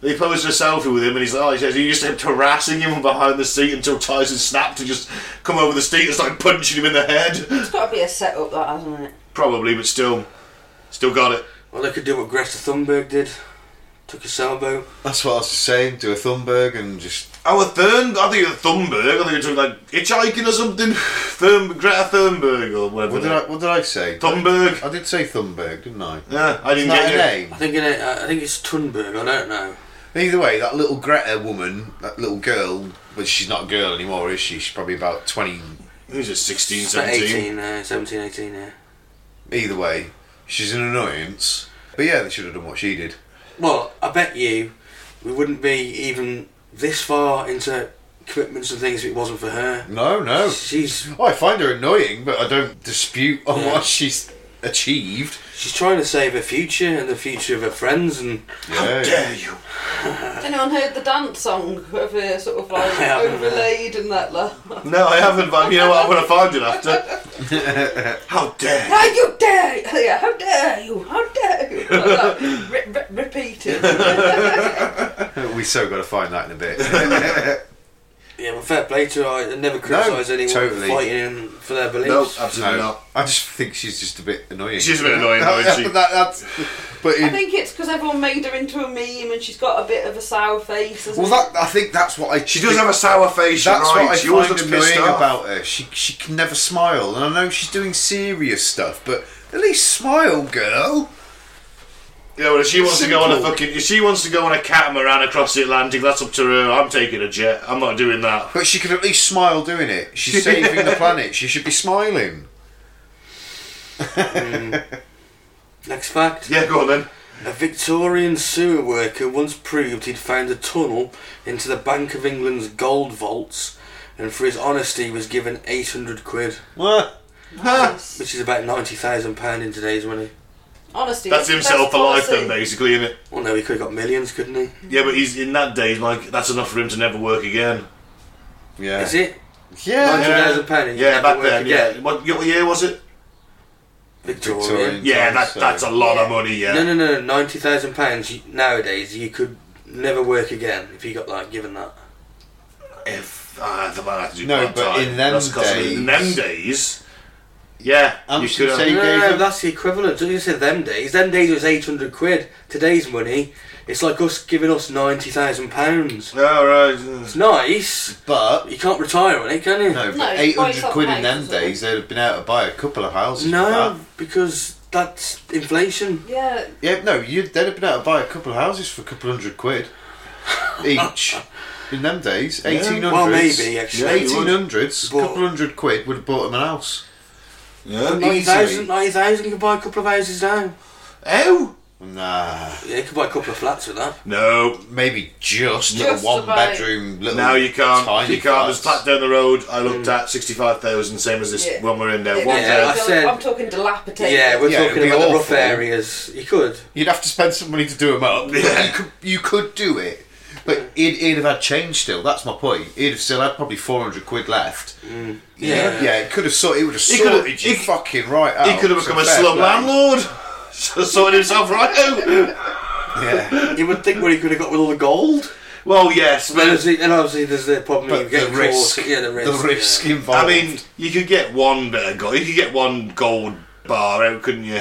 A: They posed a selfie with him, and he's like, oh, he says he just kept harassing him from behind the seat until Tyson snapped and just come over the seat and started punching him in the head.
C: It's got to be a setup, that hasn't it?
A: Probably, but still, still got it.
B: Well, they could do what Greta Thunberg did. Took a sailboat.
D: that's what I was saying. Do a Thunberg and just
A: Oh, a Thurn? I think a Thunberg. I think it's like hitchhiking or something. Thurn, Greta Thunberg or whatever.
D: what did I what did I say?
A: Thunberg.
D: I did say Thunberg, didn't I?
A: Yeah, I
D: Isn't
A: didn't get
D: that her
A: you.
D: name?
B: I think in it, I think it's Thunberg. I don't know.
D: Either way, that little Greta woman, that little girl, but she's not a girl anymore, is she? She's probably about 20.
A: He's just 16,
B: It's about
A: 17.
B: 18, uh, 17, 18, yeah.
D: Either way, she's an annoyance. But yeah, they should have done what she did.
B: Well, I bet you we wouldn't be even this far into commitments and things if it wasn't for her.
D: No, no. Oh,
B: She's
D: I find her annoying, but I don't dispute on
B: Yeah.
D: what she's achieved.
B: she's trying to save her future and the future of her friends, and
A: How
D: Yeah.
A: dare you?
C: Anyone heard the dance song of uh, sort of like
B: I haven't, no.
C: overlaid and that? Like,
A: No, I haven't, but you know what? I'm going to find it after. How dare you?
C: how you dare? Yeah, how dare you? How dare you? Like that, re- re- repeated.
D: We so got to find that in a bit.
B: yeah, well, fair play to her. I never criticise anyone
D: totally.
B: for fighting in for
A: No,
B: their
A: uh,
B: beliefs.
A: absolutely
D: no,
A: not.
D: I just think she's just a bit annoying.
A: She's a bit annoying, though, isn't she?
D: That- that's- but
C: I
D: in,
C: think it's because everyone made her into a meme and she's got a bit of a sour face. hasn't
D: well, that I think that's what I.
A: She does have a sour face, you're
D: That's
A: right.
D: what I
A: she always
D: find
A: looks pissed
D: annoying
A: off.
D: about her. She she can never smile, and I know she's doing serious stuff, but at least smile, girl.
A: Yeah, well, if she wants to go on a
D: Simple.
A: fucking... If she wants to go on a catamaran across the Atlantic, that's up to her. I'm taking a jet. I'm not doing that.
D: But she can at least smile doing it. She's saving the planet. She should be smiling.
B: Next fact.
A: Yeah, go on then.
B: A Victorian sewer worker once proved he'd found a tunnel into the Bank of England's gold vaults, and for his honesty was given 800 quid,
D: What?
C: Yes.
B: which is about £90,000 in today's money.
C: Honestly,
A: That's
C: it's the
A: himself
C: best
A: for life
C: policy.
A: then, basically, isn't it?
B: Well, no, he could have got millions, couldn't he?
A: Yeah, but he's in that day, like that's enough for him to never work again.
D: Yeah.
B: Is it?
D: Yeah.
B: Yeah. There's a penny,
A: Yeah,
B: never
A: back
B: work
A: then.
B: again.
A: Yeah. What, what year was it?
B: Victorian.
D: Victorian.
A: Yeah,
D: Time,
A: that,
D: so-
A: that's a lot of
C: Yeah.
A: money. Yeah.
B: No, no, no, ninety thousand pounds you- nowadays. You could never work again if you got like given that.
A: If uh, the man had to do
D: No,
A: part
D: but
A: time,
D: in them
A: that's cost me- in them
D: days-
A: days, yeah,
D: Um,
A: you could
D: so
A: have,
D: you-
B: No,
D: gave
B: no,
D: them-
B: that's the equivalent. Don't you say them days? Them days was eight hundred quid. Today's money, it's like us giving us ninety thousand pounds.
A: oh, right.
B: It's nice.
D: But
B: You can't retire on it, can you?
D: no, but
C: No,
D: eight
C: buy
D: hundred
C: yourself
D: quid
C: a
D: in
C: house
D: them
C: or something.
D: days, they'd have been able to buy a couple of houses.
B: No,
D: for that.
B: because that's inflation.
C: Yeah,
D: Yeah, no, you'd they'd have been able to buy a couple of houses for a couple hundred quid each. In them days, eighteen hundreds.
B: Well, maybe, actually.
A: Yeah, you
D: eighteen
A: would.
D: hundreds. A
B: But-
D: couple hundred quid would have bought him an house.
A: Yeah.
B: Ninety
D: Easily.
B: thousand, ninety thousand. You can buy a couple of houses now.
A: Ow!
D: Nah.
B: Yeah, you could buy a couple of flats with that.
A: No,
D: Maybe just,
C: Just
D: a one
C: about-
D: bedroom little.
A: now you can't.
D: Tiny
A: you can't. There's
D: flats.
A: flat down the road. I looked at sixty-five thousand, same as this
C: Yeah.
A: one we're in now.
C: It-
A: One
C: it's
B: Yeah,
A: thousand.
B: I
C: still-
B: said-
C: I'm talking dilapidated.
B: Yeah, we're
D: Yeah, it'd
B: talking
D: be
B: about the rough
D: awful.
B: areas. You could.
D: You'd have to spend some money to do them up.
A: Yeah.
D: You could, you could do it, but he'd, he'd have had change still. That's my point. He'd have still had probably four hundred quid left.
B: Yeah.
D: yeah, it could have sorted. It would have
A: Mm. He could have-
D: sorted you
A: he-
D: fucking right out.
A: He could have
D: So
A: become a
D: fair
A: slum
D: play.
A: landlord. Sorted himself right out.
D: Yeah,
B: You would think where he could have got with all the gold.
A: Well, yes,
B: But
A: but
B: obviously, and obviously there's the problem
D: but
B: you
D: the
B: get caught.
D: risk,
B: Yeah, the risk. yeah.
D: involved.
A: I mean, you could get one bit of gold. You could get one gold bar out, couldn't you?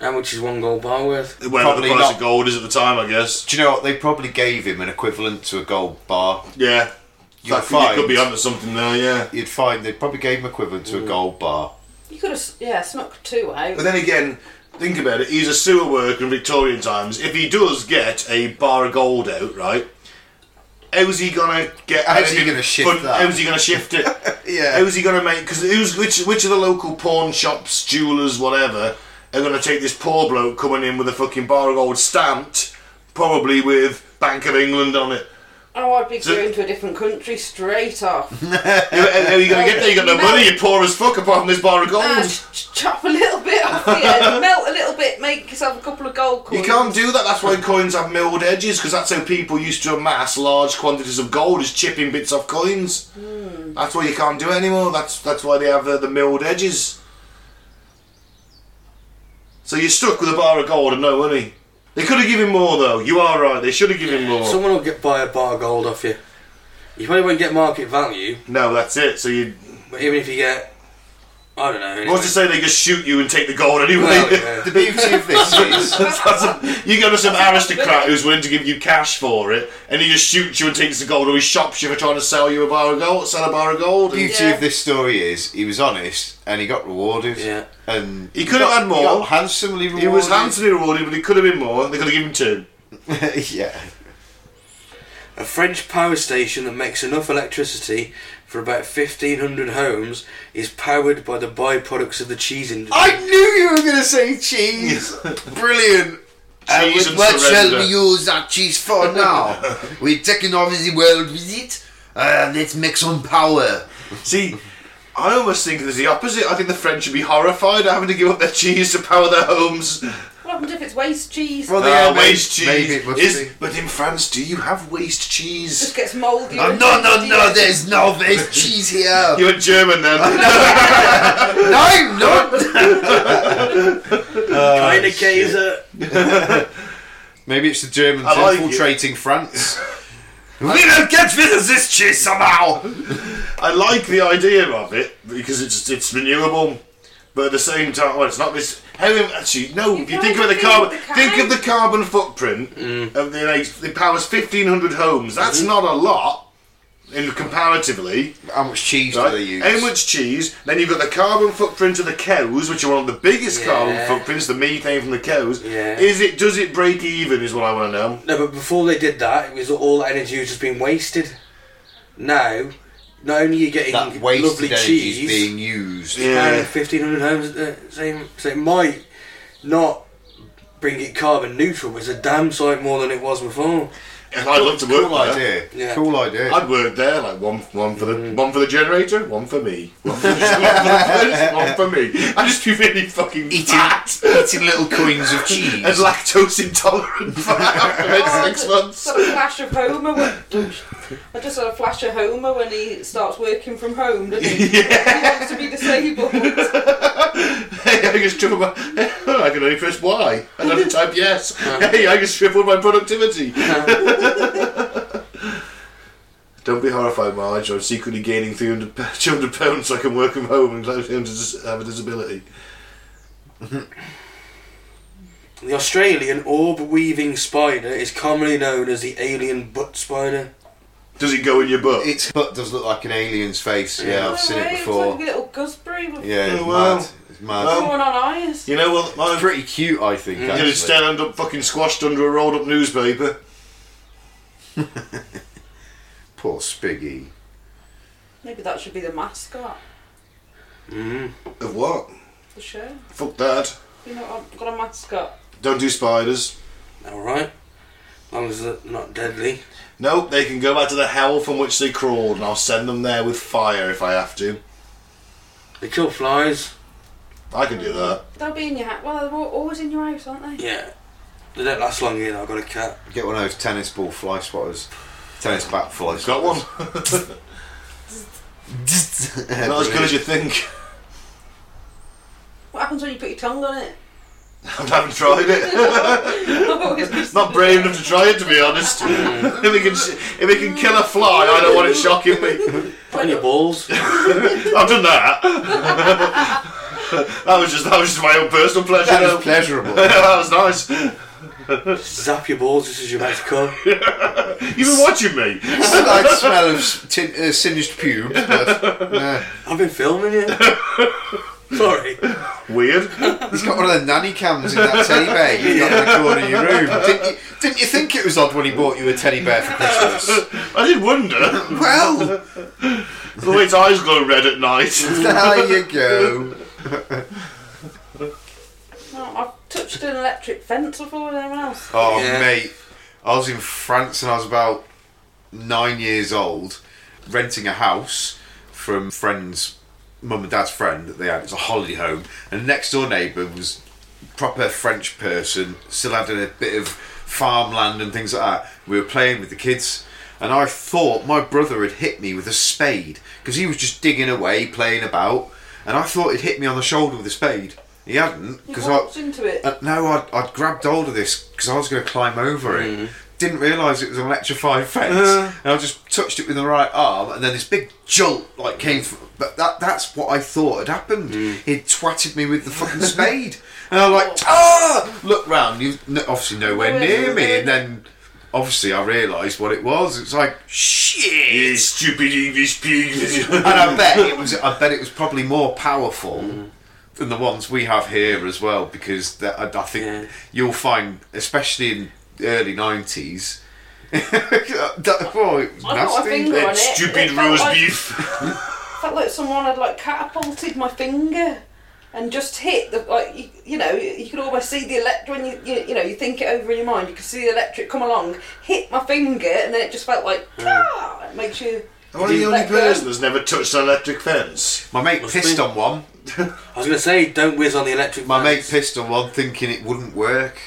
B: How much is one gold bar worth?
A: Whatever the
D: Probably
A: price
D: not.
A: of gold is at the time, I guess.
D: do you know what? They probably gave him an equivalent to a gold bar.
A: Yeah,
D: You'll
A: That- you could
D: find-
A: be onto something there. Yeah.
D: You'd find they probably gave him equivalent
B: Mm.
D: to a gold bar.
C: You could have, yeah, snuck two out.
A: But then again, think about it. He's a sewer worker in Victorian times. If he does get a bar of gold out, right? How's he gonna get?
D: How's he
A: anything
D: gonna shift
A: fun-
D: that?
A: How's he gonna shift it?
D: Yeah.
A: How's he gonna make? Because who's which? Which of the local pawn shops, jewelers, whatever, are gonna take this poor bloke coming in with a fucking bar of gold stamped, probably with Bank of England on it?
C: Oh, I'd be
A: So-
C: going to a different country straight off.
A: How, how are you gonna get there? You got no
C: No.
A: money. You're poor as fuck apart from this bar of gold.
C: Ah, ch- ch- chop a little bit off here, melt a little bit, make yourself a couple of gold
A: You
C: coins.
A: can't do that. That's why coins have milled edges, because that's how people used to amass large quantities of gold, is chipping bits off coins.
B: Hmm.
A: That's why you can't do it anymore. That's that's why they have the, the milled edges. So you're stuck with a bar of gold and no money. They could have given more though. You are right. They should have given more.
B: Someone will get buy a bar of gold off you. You probably won't get market value,
A: no, that's it. So you.
B: but even if you get, I don't know. Anyway.
A: What's to say they just shoot you and take the gold anyway?
B: Well, yeah.
D: The beauty of this is
A: That's a- you go to some aristocrat who's willing to give you cash for it, and he just shoots you and takes the gold, or he shops you for trying to sell you a bar of gold, sell a bar of gold.
D: the
A: and-
D: beauty
C: Yeah.
D: of this story is he was honest and he got rewarded.
B: Yeah.
D: And
A: He could have
D: got-
A: had more.
D: he got handsomely rewarded.
A: He was handsomely rewarded, but he could have been more. They could have given him two.
D: yeah.
B: A French power station that makes enough electricity for about 1,500 homes is powered by the byproducts of the cheese industry.
D: I knew you were going to say cheese. Brilliant. And
A: Cheese
D: with
A: and
D: what shall
A: surrender.
D: we use our cheese for now? We're taking over the world with it. Uh, let's make some power.
A: See, I almost think there's the opposite. I think the French should be horrified at having to give up their cheese to power their homes.
C: What happens if it's waste cheese?
D: Well,
A: Ah,
D: yeah, maybe-
A: waste cheese.
D: maybe it must
A: Is-
D: be.
A: But in France, do you have waste
C: just
A: cheese?
C: gets mouldy.
D: Oh, no, no, no, there's no there's cheese here.
A: You're German then.
D: no, I'm not.
B: kind of Kaiser.
D: Maybe it's the Germans
A: I like
D: infiltrating France. we will get rid of this cheese somehow.
A: I like the idea of it because it's it's renewable, but at the same time, well, it's not this. How im- actually no?
C: You
A: if you think
C: can't
A: about the carbon,
C: think of the
A: think of
C: kind.
A: the carbon footprint
D: Mm.
A: of the like, it powers fifteen hundred homes. That's
D: Mm-hmm.
A: not a lot. In comparatively,
D: How much cheese do they
A: right?
D: use?
A: how much cheese? Then you've got the carbon footprint of the cows, which are one of the biggest carbon
B: Yeah.
A: footprints. The methane from the cows.
B: Yeah.
A: Is it? Does it break even? Is what I want to know.
B: No, but before they did that, it was all that energy was just being wasted. Now, not only are you getting
D: that wasted
B: lovely
D: energy is
B: cheese,
D: being used.
A: Yeah.
B: powering 1,500 homes at the same, so it might not bring it carbon neutral, but it's a damn sight more than it was before.
A: And I'd love to work
D: Cool
A: there.
D: idea.
B: Yeah.
D: Cool idea.
A: I'd work there, like one one for the one for the generator, one for me, one for, one for the fridge, one for me. I'd just be really fucking
D: eating,
A: fat
D: eating little coins of
A: and
D: cheese.
A: lactose intolerant for after about six months.
C: Got a flash Oh, of Homer. When, I just had a flash of Homer when he starts working from home, doesn't he? He wants to be disabled.
A: Hey, I just tripled my. I can only press Y. I don't have to type yes. Hey, I just tripled my productivity. Uh-huh. Don't be horrified, Marge. I'm secretly gaining 300 p- 200 pounds so I can work from home and claim to dis- have a disability.
B: The Australian orb weaving spider is commonly known as the alien butt spider.
A: Does it go in your butt?
D: Its butt does look like an alien's face. Yeah, I've seen it
C: It's
D: before.
C: like a little gooseberry with
D: Yeah, it's
A: Oh, wow.
D: mad. It's mad.
A: Oh.
C: going on eyes.
A: you know what?
D: It's pretty cute, I think.
A: You
D: Actually.
A: just stand up fucking squashed under a rolled up newspaper.
D: Poor Spiggy.
C: Maybe that should be the mascot.
A: Of what?
C: The show.
A: Fuck that.
C: You know, I've got a mascot.
A: Don't do spiders.
B: Alright. As long as they're not deadly.
A: Nope, they can go back to the hell from which they crawled, and I'll send them there with fire if I have to.
B: They kill flies.
A: I can do that.
C: They'll be in your house. Well, they're al- always in your house, aren't they?
B: Yeah. They don't last long either. I've got a cat.
D: Get one of those tennis ball fly spotters. Tennis bat fly
A: I've got one. Not as good as you think.
C: What happens when you put your tongue on it?
A: I haven't tried it.
C: I've always missed
A: Not
C: it.
A: brave enough to try it, to be honest. if it can, sh- if it can kill a fly, I don't want it shocking me.
B: Put in your balls.
A: I've done that. that was just that was just my own personal pleasure.
D: That
A: though.
D: is pleasurable.
A: that was nice.
B: Zap your balls just as you're about to come.
A: You've been watching me.
D: I smell of s- tin, uh, singed pubes, but nah.
B: I've been filming you. Sorry.
A: Weird.
D: he's got one of the nanny cams in that teddy bear you've got in the corner of your room. Didn't you, didn't you think it was odd when he bought you a teddy bear for Christmas?
A: I did wonder.
D: Well,
A: The way its eyes glow red at night.
D: there you go.
C: No, I've touched an electric fence before with anyone else.
D: Oh
B: Yeah.
D: mate, I was in France and I was about nine years old, renting a house from friends, mum and dad's friend that they had. It's a holiday home, and the next door neighbour was proper French person, still had a bit of farmland and things like that. We were playing with the kids. And I thought my brother had hit me with a spade because he was just digging away, playing about, and I thought he'd hit me on the shoulder with a spade. He hadn't
C: You
D: because
C: walked
D: I
C: into it.
D: uh, no, I'd, I'd grabbed hold of this because I was going to climb over it. Didn't realise it was an electrified fence, and I just touched it with the right arm, and then this big jolt like came. From, but that—that's what I thought had happened. He'd twatted me with the fucking spade, and I like ah, look round. You n- obviously nowhere near me, and then obviously I realised what it was. It's like shit,
A: You stupid English pig.
D: and I bet it was—I bet it was probably more powerful
B: Mm.
D: than the ones we have here as well because that, I, I think
B: Yeah.
D: you'll find, especially in the early 90s, that, well, it was
C: I got a
D: nasty.
C: finger on it.
A: Stupid
C: It felt
A: roast
C: like-
A: beef.
C: felt like someone had like catapulted my finger and just hit the like you, you know you, you could almost see the elect when you, you you know you think it over in your mind you can see the electric come along hit my finger and then it just felt like ah, it makes you
A: Am I the only
C: Let go.
A: person that's never touched an electric fence?
D: My mate
B: Must
D: pissed
B: be.
D: on one.
B: I was going to say, don't whiz on the electric
D: My mate
B: fence.
D: pissed on one thinking it wouldn't work.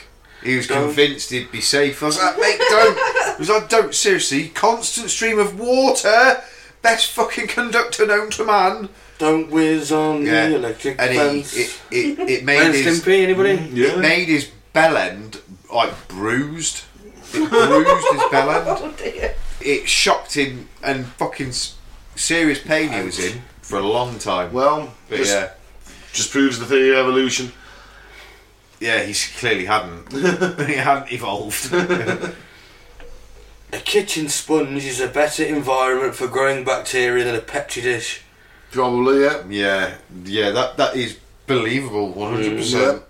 D: He was
B: Don't.
D: convinced he'd be safe. I was like, mate, don't. I was like, don't, seriously. Constant stream of water. Best fucking conductor known to man.
B: Don't whiz on
D: Yeah.
B: the electric
D: And he,
B: fence.
D: it, it, it Mm-hmm. made
B: Ren
D: his...
B: Stimpy, anybody?
D: It made his bell end like bruised. It bruised his bell end.
C: oh dear
D: It shocked him and fucking s- serious pain he was in for a long time.
A: Well,
D: But
A: just,
D: yeah,
A: just proves the theory of evolution.
D: yeah, he s- clearly hadn't. he hadn't evolved.
B: A kitchen sponge is a better environment for growing bacteria than a petri dish.
A: Probably, yeah.
D: yeah, yeah, that that is believable, one hundred
A: Yeah.
D: percent.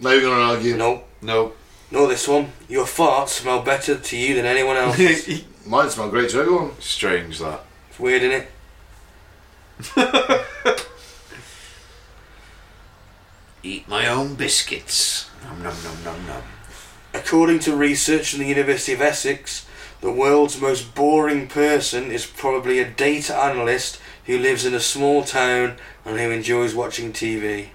A: Now you're going to argue.
B: No,
D: No,
B: no, this one. Your farts smell better to you than anyone else. it's
A: Mine smell great to everyone.
D: strange that.
B: weird, isn't it?
D: Eat my own biscuits. Nom nom nom nom nom.
B: According to research from the University of Essex, the world's most boring person is probably a data analyst who lives in a small town and who enjoys watching TV.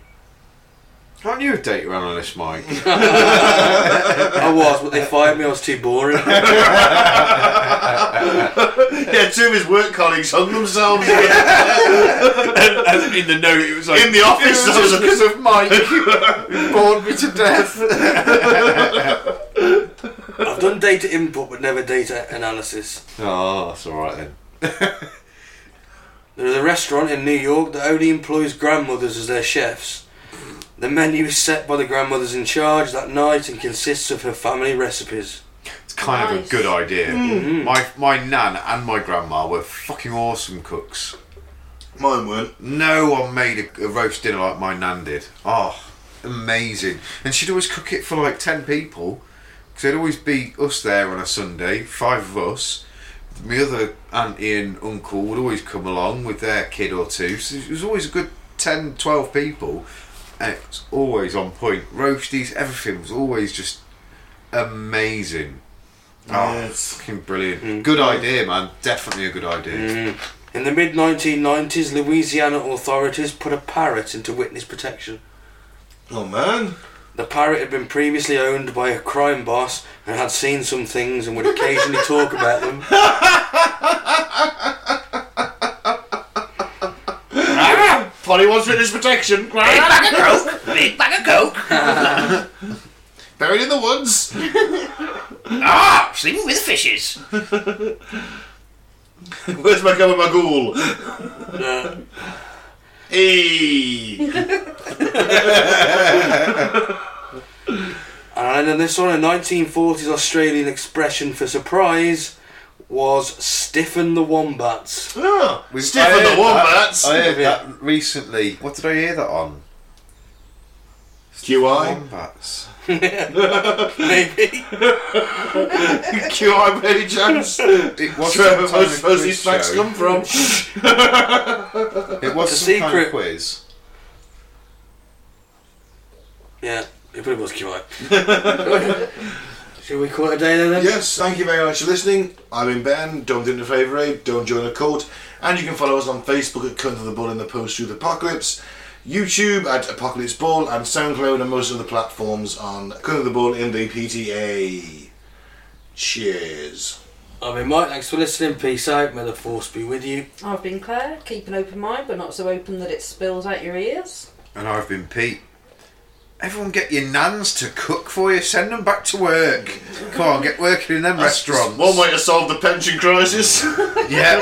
D: Aren't you a data analyst, Mike?
B: I was, but they fired me. I was too boring.
A: yeah, two of his work colleagues hung themselves
D: in the note, it was like
A: in the office. that was a-
D: because of Mike. who bored me to death.
B: I've done data input, but never data analysis.
D: Oh, that's all right then.
B: There is a restaurant in New York that only employs grandmothers as their chefs. The menu is set by the grandmothers in charge that night and consists of her family recipes.
D: It's kind of a
C: Nice.
D: good idea. My my nan and my grandma were fucking awesome cooks.
A: Mine weren't.
D: No one made a, a roast dinner like my nan did. Oh, amazing! And she'd always cook it for like ten people. Because there'd always be us there on a Sunday, five of us. My other auntie and uncle would always come along with their kid or two. So it was always a good 10, 12 people. and it was always on point. Roasties, everything was always just amazing. Oh,
A: Yeah, it's-
D: fucking brilliant. Good idea, man. Definitely a good idea.
B: In the mid 1990s, Louisiana authorities put a parrot into witness protection.
A: Oh man.
B: The parrot had been previously owned by a crime boss and had seen some things and would occasionally talk about them.
A: Polly wants witness protection. Big bag of coke. Big bag of coke. Buried in the woods. ah, sleeping with fishes. Where's my gum and my ghoul?
B: uh,
A: hey.
B: And then this one, a 1940s Australian expression for surprise, was stiffen the wombats.
A: Oh,
D: We've-
A: stiff
D: I
A: on
D: heard
A: the
D: that-
A: wombats.
D: I heard
B: Yeah.
D: that recently. What did I hear that on?
A: QI.
D: Wombats.
B: Maybe.
A: QI by any chance?
D: It was
A: Trevor, where's
D: some kind of
A: where's
D: quiz
A: these facts
D: show.
A: come from?
D: It was
B: It's a
D: some kind
B: secret.
D: of quiz.
B: yeah, it probably was QI. Shall we call it a day there then?
A: Yes, thank you very much for listening. I've been Ben. Don't do the favour aid. Don't join a cult. And you can follow us on Facebook at Cunt of the Bull in the Post Through the Apocalypse, YouTube at Apocalypse Bull, and SoundCloud and most of the platforms on Cunt of the Bull in the PTA. Cheers.
B: I've been Mike, thanks for listening. Peace out, may the force be with you.
C: I've been Claire. Keep an open mind, but not so open that it spills out your ears.
D: And I've been Pete. Everyone get your nans to cook for you. Send them back to work. Come on, get working in them restaurants.
A: One way to solve the pension crisis.
D: Yeah.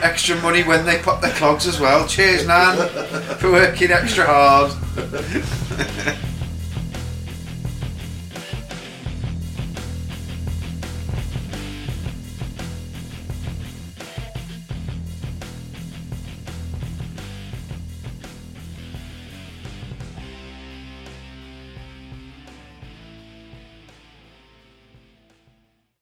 D: extra money when they pop their clogs as well. Cheers, Nan, for working extra hard.